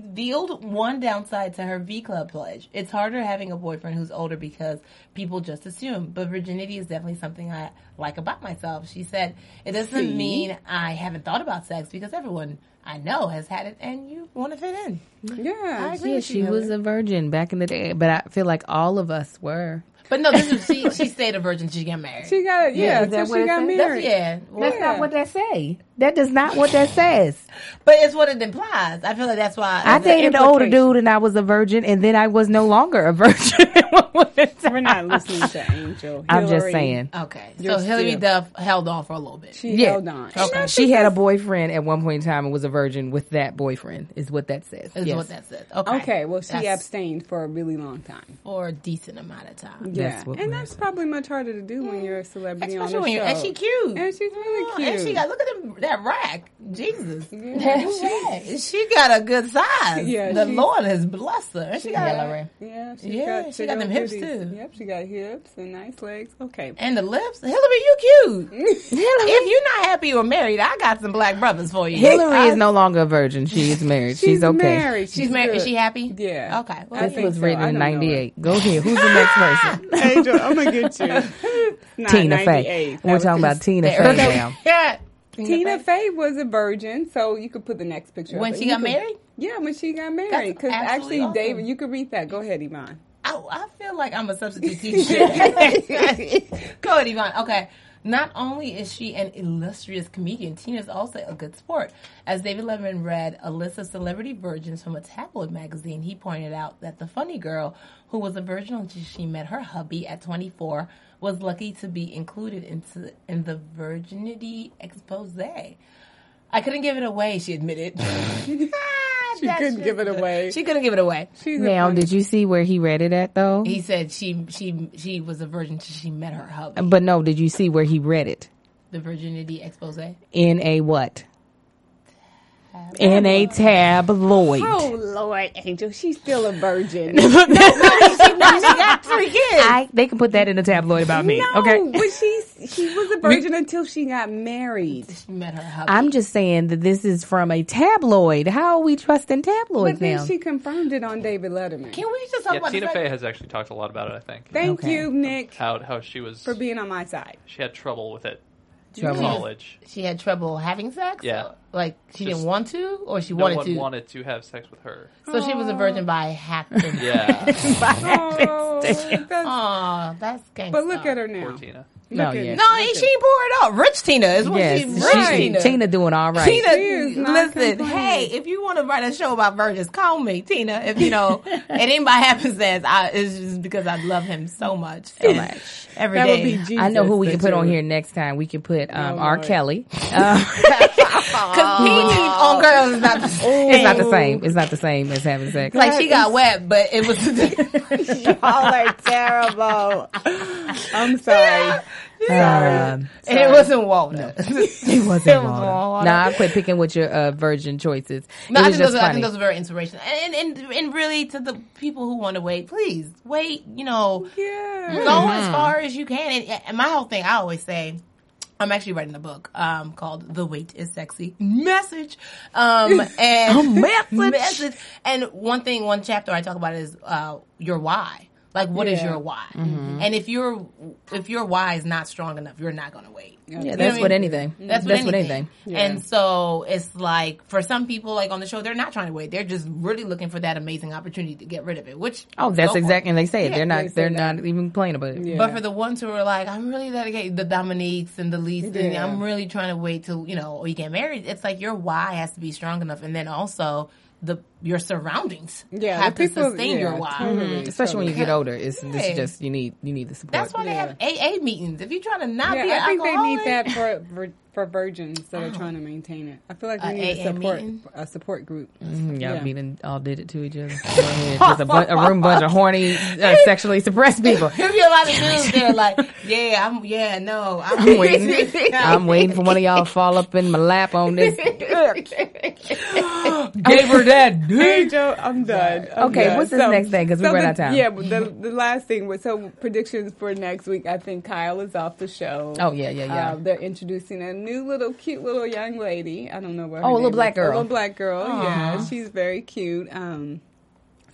[SPEAKER 4] revealed one downside to her V Club pledge. It's harder having a boyfriend who's older because people just assume. But virginity is definitely something I like about myself. She said, It doesn't mean I haven't thought about sex because everyone I know has had it and you want to fit in. I
[SPEAKER 3] Yeah.
[SPEAKER 4] agree
[SPEAKER 2] Yeah,
[SPEAKER 4] with you,
[SPEAKER 2] she
[SPEAKER 4] Hillary.
[SPEAKER 2] was a virgin back in the day, but I feel like all of us were.
[SPEAKER 4] But no, this is she
[SPEAKER 3] [LAUGHS]
[SPEAKER 4] she stayed a virgin, she got married.
[SPEAKER 3] She got yeah.
[SPEAKER 2] is that
[SPEAKER 3] so
[SPEAKER 2] what
[SPEAKER 3] she
[SPEAKER 2] it
[SPEAKER 3] got
[SPEAKER 2] says?
[SPEAKER 4] That's,
[SPEAKER 3] married.
[SPEAKER 4] yeah. Well,
[SPEAKER 2] That's not what that say. That does not what that says.
[SPEAKER 4] But it's what it implies. I feel like that's why
[SPEAKER 2] I dated an older
[SPEAKER 3] implication.
[SPEAKER 2] dude and I was a virgin, and then I was no longer a [LAUGHS] virgin.
[SPEAKER 3] We're not listening to Angel.
[SPEAKER 2] I'm just
[SPEAKER 3] Hillary, Uh,
[SPEAKER 2] saying.
[SPEAKER 4] Okay,
[SPEAKER 3] You're
[SPEAKER 4] so Hillary
[SPEAKER 3] still-
[SPEAKER 4] Duff held on for a little bit.
[SPEAKER 3] She held on.
[SPEAKER 2] Okay. She had a boyfriend at one point in time and was a virgin with that boyfriend, is what that says.
[SPEAKER 4] Is
[SPEAKER 2] yes.
[SPEAKER 4] what that says. Okay.
[SPEAKER 3] Okay, well, she
[SPEAKER 4] That's
[SPEAKER 3] abstained for a really long time.
[SPEAKER 4] for a decent amount of time.
[SPEAKER 3] Yeah,
[SPEAKER 2] That's what
[SPEAKER 3] and
[SPEAKER 2] we're
[SPEAKER 3] that's probably much harder to do when you're a celebrity
[SPEAKER 4] Especially
[SPEAKER 3] on the
[SPEAKER 4] when
[SPEAKER 3] show.
[SPEAKER 4] you're, and she cute.
[SPEAKER 3] And she's really
[SPEAKER 4] Oh,
[SPEAKER 3] cute.
[SPEAKER 4] And she got look at them, that rack. Jesus, That rack. she got a good size.
[SPEAKER 3] Yeah,
[SPEAKER 4] the
[SPEAKER 3] she's-
[SPEAKER 4] Lord has blessed her. And She got
[SPEAKER 3] yeah, she
[SPEAKER 4] Yeah,
[SPEAKER 3] got,
[SPEAKER 4] she got them
[SPEAKER 3] go
[SPEAKER 4] hips,
[SPEAKER 3] through these-
[SPEAKER 4] too.
[SPEAKER 3] Yep, she got hips and nice legs. Okay,
[SPEAKER 4] and the lips. Hillary, you
[SPEAKER 3] [LAUGHS]
[SPEAKER 4] cute. If you're not happy you're married, I got some black brothers for you.
[SPEAKER 2] Hillary
[SPEAKER 4] I-
[SPEAKER 2] is no longer a virgin. She is married. She's, okay.
[SPEAKER 3] married.
[SPEAKER 4] She's married. Is she
[SPEAKER 3] good.
[SPEAKER 4] happy?
[SPEAKER 3] Yeah.
[SPEAKER 4] Okay. Well,
[SPEAKER 3] I
[SPEAKER 2] This
[SPEAKER 3] think
[SPEAKER 2] was
[SPEAKER 3] so.
[SPEAKER 2] written
[SPEAKER 3] I
[SPEAKER 2] in
[SPEAKER 3] don't know her.
[SPEAKER 2] 98. Go ahead. Who's the
[SPEAKER 3] [LAUGHS]
[SPEAKER 2] next person?
[SPEAKER 3] Angel, I'm gonna
[SPEAKER 4] [LAUGHS]
[SPEAKER 3] get you. Nah,
[SPEAKER 2] Tina
[SPEAKER 3] 98.
[SPEAKER 2] Fey.
[SPEAKER 3] That
[SPEAKER 2] We're
[SPEAKER 3] was
[SPEAKER 2] talking
[SPEAKER 3] the-
[SPEAKER 2] about Tina
[SPEAKER 4] There.
[SPEAKER 2] Fey now.
[SPEAKER 4] [LAUGHS] Yeah.
[SPEAKER 3] Tina Fey was a virgin, so you could put the next picture.
[SPEAKER 4] When
[SPEAKER 3] up.
[SPEAKER 4] she
[SPEAKER 3] You
[SPEAKER 4] got
[SPEAKER 3] could-
[SPEAKER 4] married?
[SPEAKER 3] Yeah, when she got married. Because
[SPEAKER 4] absolutely
[SPEAKER 3] actually,
[SPEAKER 4] awesome.
[SPEAKER 3] David, you could read that. Go ahead, Yvonne.
[SPEAKER 4] I, I feel like I'm a substitute teacher. [LAUGHS] Go ahead, Yvonne. Okay. Not only is she an illustrious comedian, Tina is also a good sport. As David Letterman read a list of celebrity virgins from a tabloid magazine, he pointed out that the funny girl, who was a virgin until she met her hubby at 24, was lucky to be included into in the virginity expose. I couldn't give it away, she admitted. [LAUGHS]
[SPEAKER 3] She couldn't give it away.
[SPEAKER 4] She couldn't give it away.
[SPEAKER 3] She's a
[SPEAKER 2] Now,
[SPEAKER 3] funny-
[SPEAKER 2] did you see where he read it at, though?
[SPEAKER 4] He said she she she was a virgin till she met her hubby.
[SPEAKER 2] Um, But no, did you see where he read it?
[SPEAKER 4] the virginity expose.
[SPEAKER 2] in a what? In a tabloid.
[SPEAKER 3] Oh Lord, Angel, she's still a virgin. no, no, she not. She got three kids.
[SPEAKER 2] I, they can put that in a tabloid about me.
[SPEAKER 3] no,
[SPEAKER 2] okay.
[SPEAKER 3] but she's she was a virgin until she got married.
[SPEAKER 4] She met her husband.
[SPEAKER 2] I'm just saying that this is from a tabloid. How are we trusting
[SPEAKER 3] But
[SPEAKER 2] tabloids
[SPEAKER 3] then
[SPEAKER 2] now?
[SPEAKER 3] she confirmed it on David Letterman.
[SPEAKER 4] Can we just talk
[SPEAKER 5] Yeah,
[SPEAKER 4] about
[SPEAKER 5] Tina
[SPEAKER 4] the
[SPEAKER 5] Fey
[SPEAKER 4] fact-
[SPEAKER 5] has actually talked a lot about it. I think
[SPEAKER 3] Thank
[SPEAKER 2] Okay.
[SPEAKER 3] you, Nick,
[SPEAKER 5] how how she was
[SPEAKER 3] for Mm. being on my side.
[SPEAKER 5] she had trouble with it in
[SPEAKER 2] Trouble.
[SPEAKER 4] Oh,
[SPEAKER 5] college.
[SPEAKER 4] She had trouble having sex.
[SPEAKER 5] Yeah.
[SPEAKER 4] like she
[SPEAKER 5] Just-
[SPEAKER 4] didn't want to, or she
[SPEAKER 5] No
[SPEAKER 4] wanted
[SPEAKER 5] one
[SPEAKER 4] to.
[SPEAKER 5] wanted to have sex with
[SPEAKER 3] [LAUGHS]
[SPEAKER 5] her.
[SPEAKER 4] So she was a virgin by happenstance.
[SPEAKER 5] Yeah,
[SPEAKER 3] Oh, that's-
[SPEAKER 4] [LAUGHS] Aw, that's gangsta.
[SPEAKER 3] but look at her now.
[SPEAKER 5] poor
[SPEAKER 3] Look
[SPEAKER 5] Tina.
[SPEAKER 2] No,
[SPEAKER 3] at-
[SPEAKER 2] yeah.
[SPEAKER 4] No, she ain't poor at all. Rich Tina is what
[SPEAKER 2] Yes,
[SPEAKER 4] she.
[SPEAKER 2] she's-
[SPEAKER 4] Rich Tina.
[SPEAKER 2] Tina doing all right.
[SPEAKER 4] Tina,
[SPEAKER 3] is not
[SPEAKER 4] listen.
[SPEAKER 3] complaining.
[SPEAKER 4] Hey, if you want to write a show about virgins, call me, Tina. If you
[SPEAKER 3] [LAUGHS]
[SPEAKER 4] know, it ain't by [LAUGHS] happenstance. I, it's just because I love him so much, so
[SPEAKER 2] much.
[SPEAKER 4] every
[SPEAKER 3] That would be
[SPEAKER 4] day.
[SPEAKER 3] Jesus.
[SPEAKER 2] I know who we can
[SPEAKER 3] that
[SPEAKER 2] put
[SPEAKER 3] you-
[SPEAKER 2] on here next time. We can put
[SPEAKER 4] Oh,
[SPEAKER 2] um, R.
[SPEAKER 3] Lord.
[SPEAKER 4] [LAUGHS]
[SPEAKER 2] Kelly. Uh, [LAUGHS]
[SPEAKER 4] Competing on girls is [LAUGHS] not the same.
[SPEAKER 2] oh, it's not the same. It's not the same as having sex.
[SPEAKER 4] Oh.
[SPEAKER 2] Um,
[SPEAKER 4] Like she got wet, but it was. [LAUGHS]
[SPEAKER 3] Y'all are terrible. [LAUGHS] I'm sorry.
[SPEAKER 2] Um,
[SPEAKER 4] And it wasn't walnut.
[SPEAKER 2] it
[SPEAKER 4] [LAUGHS]
[SPEAKER 2] wasn't.
[SPEAKER 4] It was
[SPEAKER 2] Lana.
[SPEAKER 4] Lana.
[SPEAKER 2] Nah, I quit picking with your uh, virgin choices.
[SPEAKER 4] No,
[SPEAKER 2] it
[SPEAKER 4] I
[SPEAKER 2] was
[SPEAKER 4] think, those
[SPEAKER 2] just
[SPEAKER 4] are, I think
[SPEAKER 2] funny.
[SPEAKER 4] those are very inspirational. And, and and and really to the people who want to wait, please wait. You know,
[SPEAKER 3] Yeah.
[SPEAKER 4] go
[SPEAKER 2] Mm-hmm.
[SPEAKER 4] as far as you can. And, and my whole thing, I always say, I'm actually writing a book um, called "The Wait Is Sexy Message,"
[SPEAKER 2] [LAUGHS]
[SPEAKER 4] um, and message. And one thing, one chapter I talk about is uh, your why. Like, what is
[SPEAKER 3] Yeah.
[SPEAKER 4] your why?
[SPEAKER 2] Mm-hmm.
[SPEAKER 4] And if your if your why is not strong enough, you're not going to wait.
[SPEAKER 2] Yeah,
[SPEAKER 4] You know
[SPEAKER 2] that's
[SPEAKER 4] what I
[SPEAKER 2] what
[SPEAKER 4] mean?
[SPEAKER 2] anything.
[SPEAKER 4] That's,
[SPEAKER 2] that's
[SPEAKER 4] what anything.
[SPEAKER 3] Yeah.
[SPEAKER 4] And so it's like for some people, like on the show, they're not trying to wait. They're just really looking for that amazing opportunity to get rid of it. Which
[SPEAKER 2] Oh, that's
[SPEAKER 4] go for it.
[SPEAKER 2] exactly. And they say it.
[SPEAKER 4] Yeah,
[SPEAKER 2] they're
[SPEAKER 3] they say
[SPEAKER 2] not. They're
[SPEAKER 3] that.
[SPEAKER 2] not even playing about it.
[SPEAKER 3] Yeah.
[SPEAKER 4] But for the ones who are like, I'm really dedicated, the Dominiques and the Lees, and
[SPEAKER 3] Yeah.
[SPEAKER 4] I'm really trying to wait till you know or you get married. It's like your why has to be strong enough, and then also the your surroundings
[SPEAKER 3] Yeah,
[SPEAKER 4] have
[SPEAKER 3] the
[SPEAKER 4] to
[SPEAKER 3] people-
[SPEAKER 4] sustain
[SPEAKER 3] yeah,
[SPEAKER 4] your why.
[SPEAKER 3] totally.
[SPEAKER 2] Especially when you get older, it's this
[SPEAKER 4] Yeah.
[SPEAKER 2] is just you need you need the support.
[SPEAKER 4] That's why they have AA meetings. If you try to not be, an
[SPEAKER 3] Yeah, I think they need
[SPEAKER 4] alcoholic-
[SPEAKER 3] that for, for for virgins that are trying to maintain it. I feel like we
[SPEAKER 4] A
[SPEAKER 3] need a
[SPEAKER 4] AA
[SPEAKER 3] support
[SPEAKER 4] meeting?
[SPEAKER 3] a support group.
[SPEAKER 2] Mm, Y'all
[SPEAKER 3] [LAUGHS] Yeah.
[SPEAKER 2] we done all did it to each [LAUGHS] other. Go ahead. Just a, bu- a room bunch of horny,
[SPEAKER 4] [LAUGHS]
[SPEAKER 2] uh, sexually suppressed people.
[SPEAKER 4] [LAUGHS] There'll be a lot of dudes
[SPEAKER 3] [LAUGHS]
[SPEAKER 4] that are like, yeah, I'm, yeah, no, I'm
[SPEAKER 2] I'm
[SPEAKER 4] [LAUGHS]
[SPEAKER 2] waiting. I'm waiting for one of y'all to fall up in my lap on this. Gave her that dick.
[SPEAKER 3] Angel, I'm done. I'm
[SPEAKER 2] Okay,
[SPEAKER 3] done.
[SPEAKER 2] what's this next thing? 'Cause we
[SPEAKER 3] so
[SPEAKER 2] ran
[SPEAKER 3] the-
[SPEAKER 2] out of time.
[SPEAKER 3] Yeah, but the the last thing was so predictions for next week. I think Kyle is off the show.
[SPEAKER 2] Oh, yeah, yeah, yeah.
[SPEAKER 4] Um,
[SPEAKER 3] Uh, they're introducing a new little cute little young lady. I don't know what. her
[SPEAKER 2] Oh, a little
[SPEAKER 3] name is.
[SPEAKER 2] black
[SPEAKER 3] A
[SPEAKER 2] girl.
[SPEAKER 3] little black girl. Yeah, she's very cute. Um.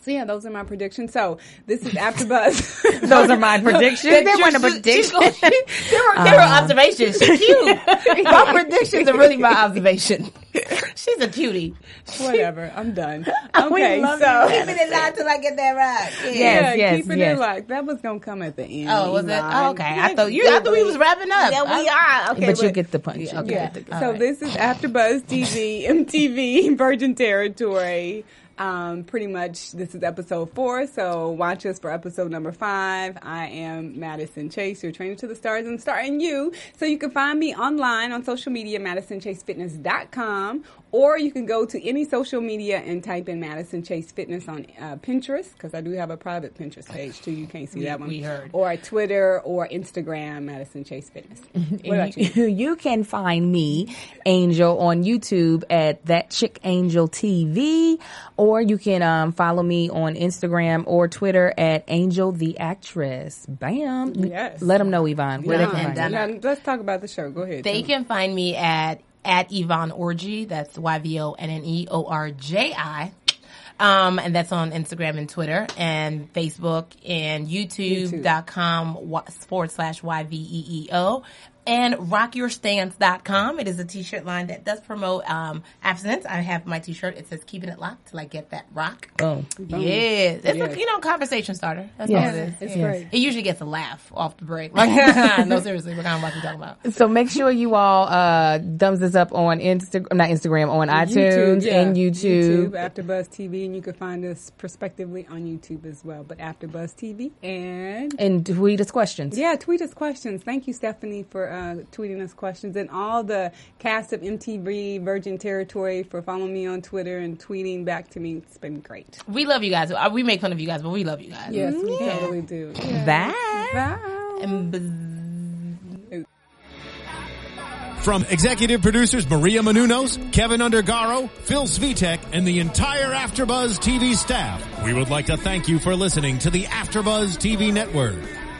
[SPEAKER 3] So yeah, those are my predictions. So this is [LAUGHS] AfterBuzz.
[SPEAKER 2] [LAUGHS] Those
[SPEAKER 4] [LAUGHS]
[SPEAKER 2] are my predictions.
[SPEAKER 4] They
[SPEAKER 2] They weren't a
[SPEAKER 4] were
[SPEAKER 2] prediction.
[SPEAKER 4] There were, [LAUGHS] there were observations. She's cute. [LAUGHS] my predictions are really
[SPEAKER 2] [LAUGHS]
[SPEAKER 4] my observation. She's a cutie.
[SPEAKER 3] Whatever. I'm done.
[SPEAKER 2] [LAUGHS] We
[SPEAKER 3] Okay,
[SPEAKER 2] love
[SPEAKER 3] so
[SPEAKER 4] Keep it in line till I get that right. Yeah.
[SPEAKER 2] Yes,
[SPEAKER 3] [LAUGHS] yeah,
[SPEAKER 2] yes,
[SPEAKER 3] keep it
[SPEAKER 2] yes.
[SPEAKER 3] in lock. That was gonna come at the end.
[SPEAKER 4] Oh, was it?
[SPEAKER 3] Eli.
[SPEAKER 4] Oh, okay. I thought you. I thought we was wrapping up. Yeah, we are. Okay,
[SPEAKER 2] but you get the punch. You
[SPEAKER 4] okay.
[SPEAKER 2] get the-
[SPEAKER 3] So this is After Buzz
[SPEAKER 4] [LAUGHS]
[SPEAKER 3] TV, MTV, Virgin Territory. Um, pretty much, this is episode four. So watch us for episode number five. I am Madison Chase, your trainer to the stars and starting you. So you can find me online on social media, MadisonChaseFitness.com, or you can go to any social media and type in Madison Chase Fitness on uh, Pinterest because I do have a private Pinterest page too. You can't see that one.
[SPEAKER 4] we heard.
[SPEAKER 3] Or Twitter or Instagram, Madison Chase
[SPEAKER 4] [LAUGHS]
[SPEAKER 3] Fitness. What
[SPEAKER 2] And
[SPEAKER 3] about you?
[SPEAKER 2] you, [LAUGHS] you can find me, Angel, on YouTube at That Chick Angel TV, or you can um, follow me on Instagram or Twitter at Angel the Actress. Bam.
[SPEAKER 3] Yes.
[SPEAKER 2] Let them know, Yvonne, where they
[SPEAKER 4] Yeah.
[SPEAKER 2] can
[SPEAKER 4] And
[SPEAKER 2] find
[SPEAKER 4] then-
[SPEAKER 2] you.
[SPEAKER 3] Now, let's talk about the show. Go ahead.
[SPEAKER 4] They can find me at at Yvonne Orgy. That's Y V O N N E O R J I. Um, and that's on Instagram and Twitter and Facebook and YouTube.com wa- forward slash Y V E E O and rockyourstance.com. It is a t-shirt line that does promote, um, abstinence. I have my t-shirt. It says keeping it locked till I get that rock.
[SPEAKER 2] Boom.
[SPEAKER 4] Yes. It's
[SPEAKER 3] Yes.
[SPEAKER 4] a, you know, conversation starter. That's
[SPEAKER 2] Yes.
[SPEAKER 4] all it is.
[SPEAKER 3] It's
[SPEAKER 4] Yeah.
[SPEAKER 3] great.
[SPEAKER 4] It usually gets a laugh off the break. Like, [LAUGHS] no, seriously, we're kind of what you talking about.
[SPEAKER 2] So make sure you all uh, thumbs this up on Instagram, not Instagram, on iTunes
[SPEAKER 3] yeah.
[SPEAKER 2] and YouTube.
[SPEAKER 3] YouTube, AfterBuzz TV, and you can find us prospectively on YouTube as well. But AfterBuzz TV and
[SPEAKER 2] And tweet us questions.
[SPEAKER 3] yeah, tweet us questions. Thank you, Stephanie, for uh, tweeting us questions, and all the cast of MTV Virgin Territory for following me on Twitter and tweeting back to me. It's been great.
[SPEAKER 4] We love you guys. Uh, We make fun of you guys, but we love you guys.
[SPEAKER 3] Yes, we totally do.
[SPEAKER 2] Bye.
[SPEAKER 3] Bye.
[SPEAKER 4] And bzz-
[SPEAKER 1] From executive producers Maria Manunos, Kevin Undergaro, Phil Svitek, and the entire Afterbuzz TV staff, we would like to thank you for listening to the Afterbuzz TV network.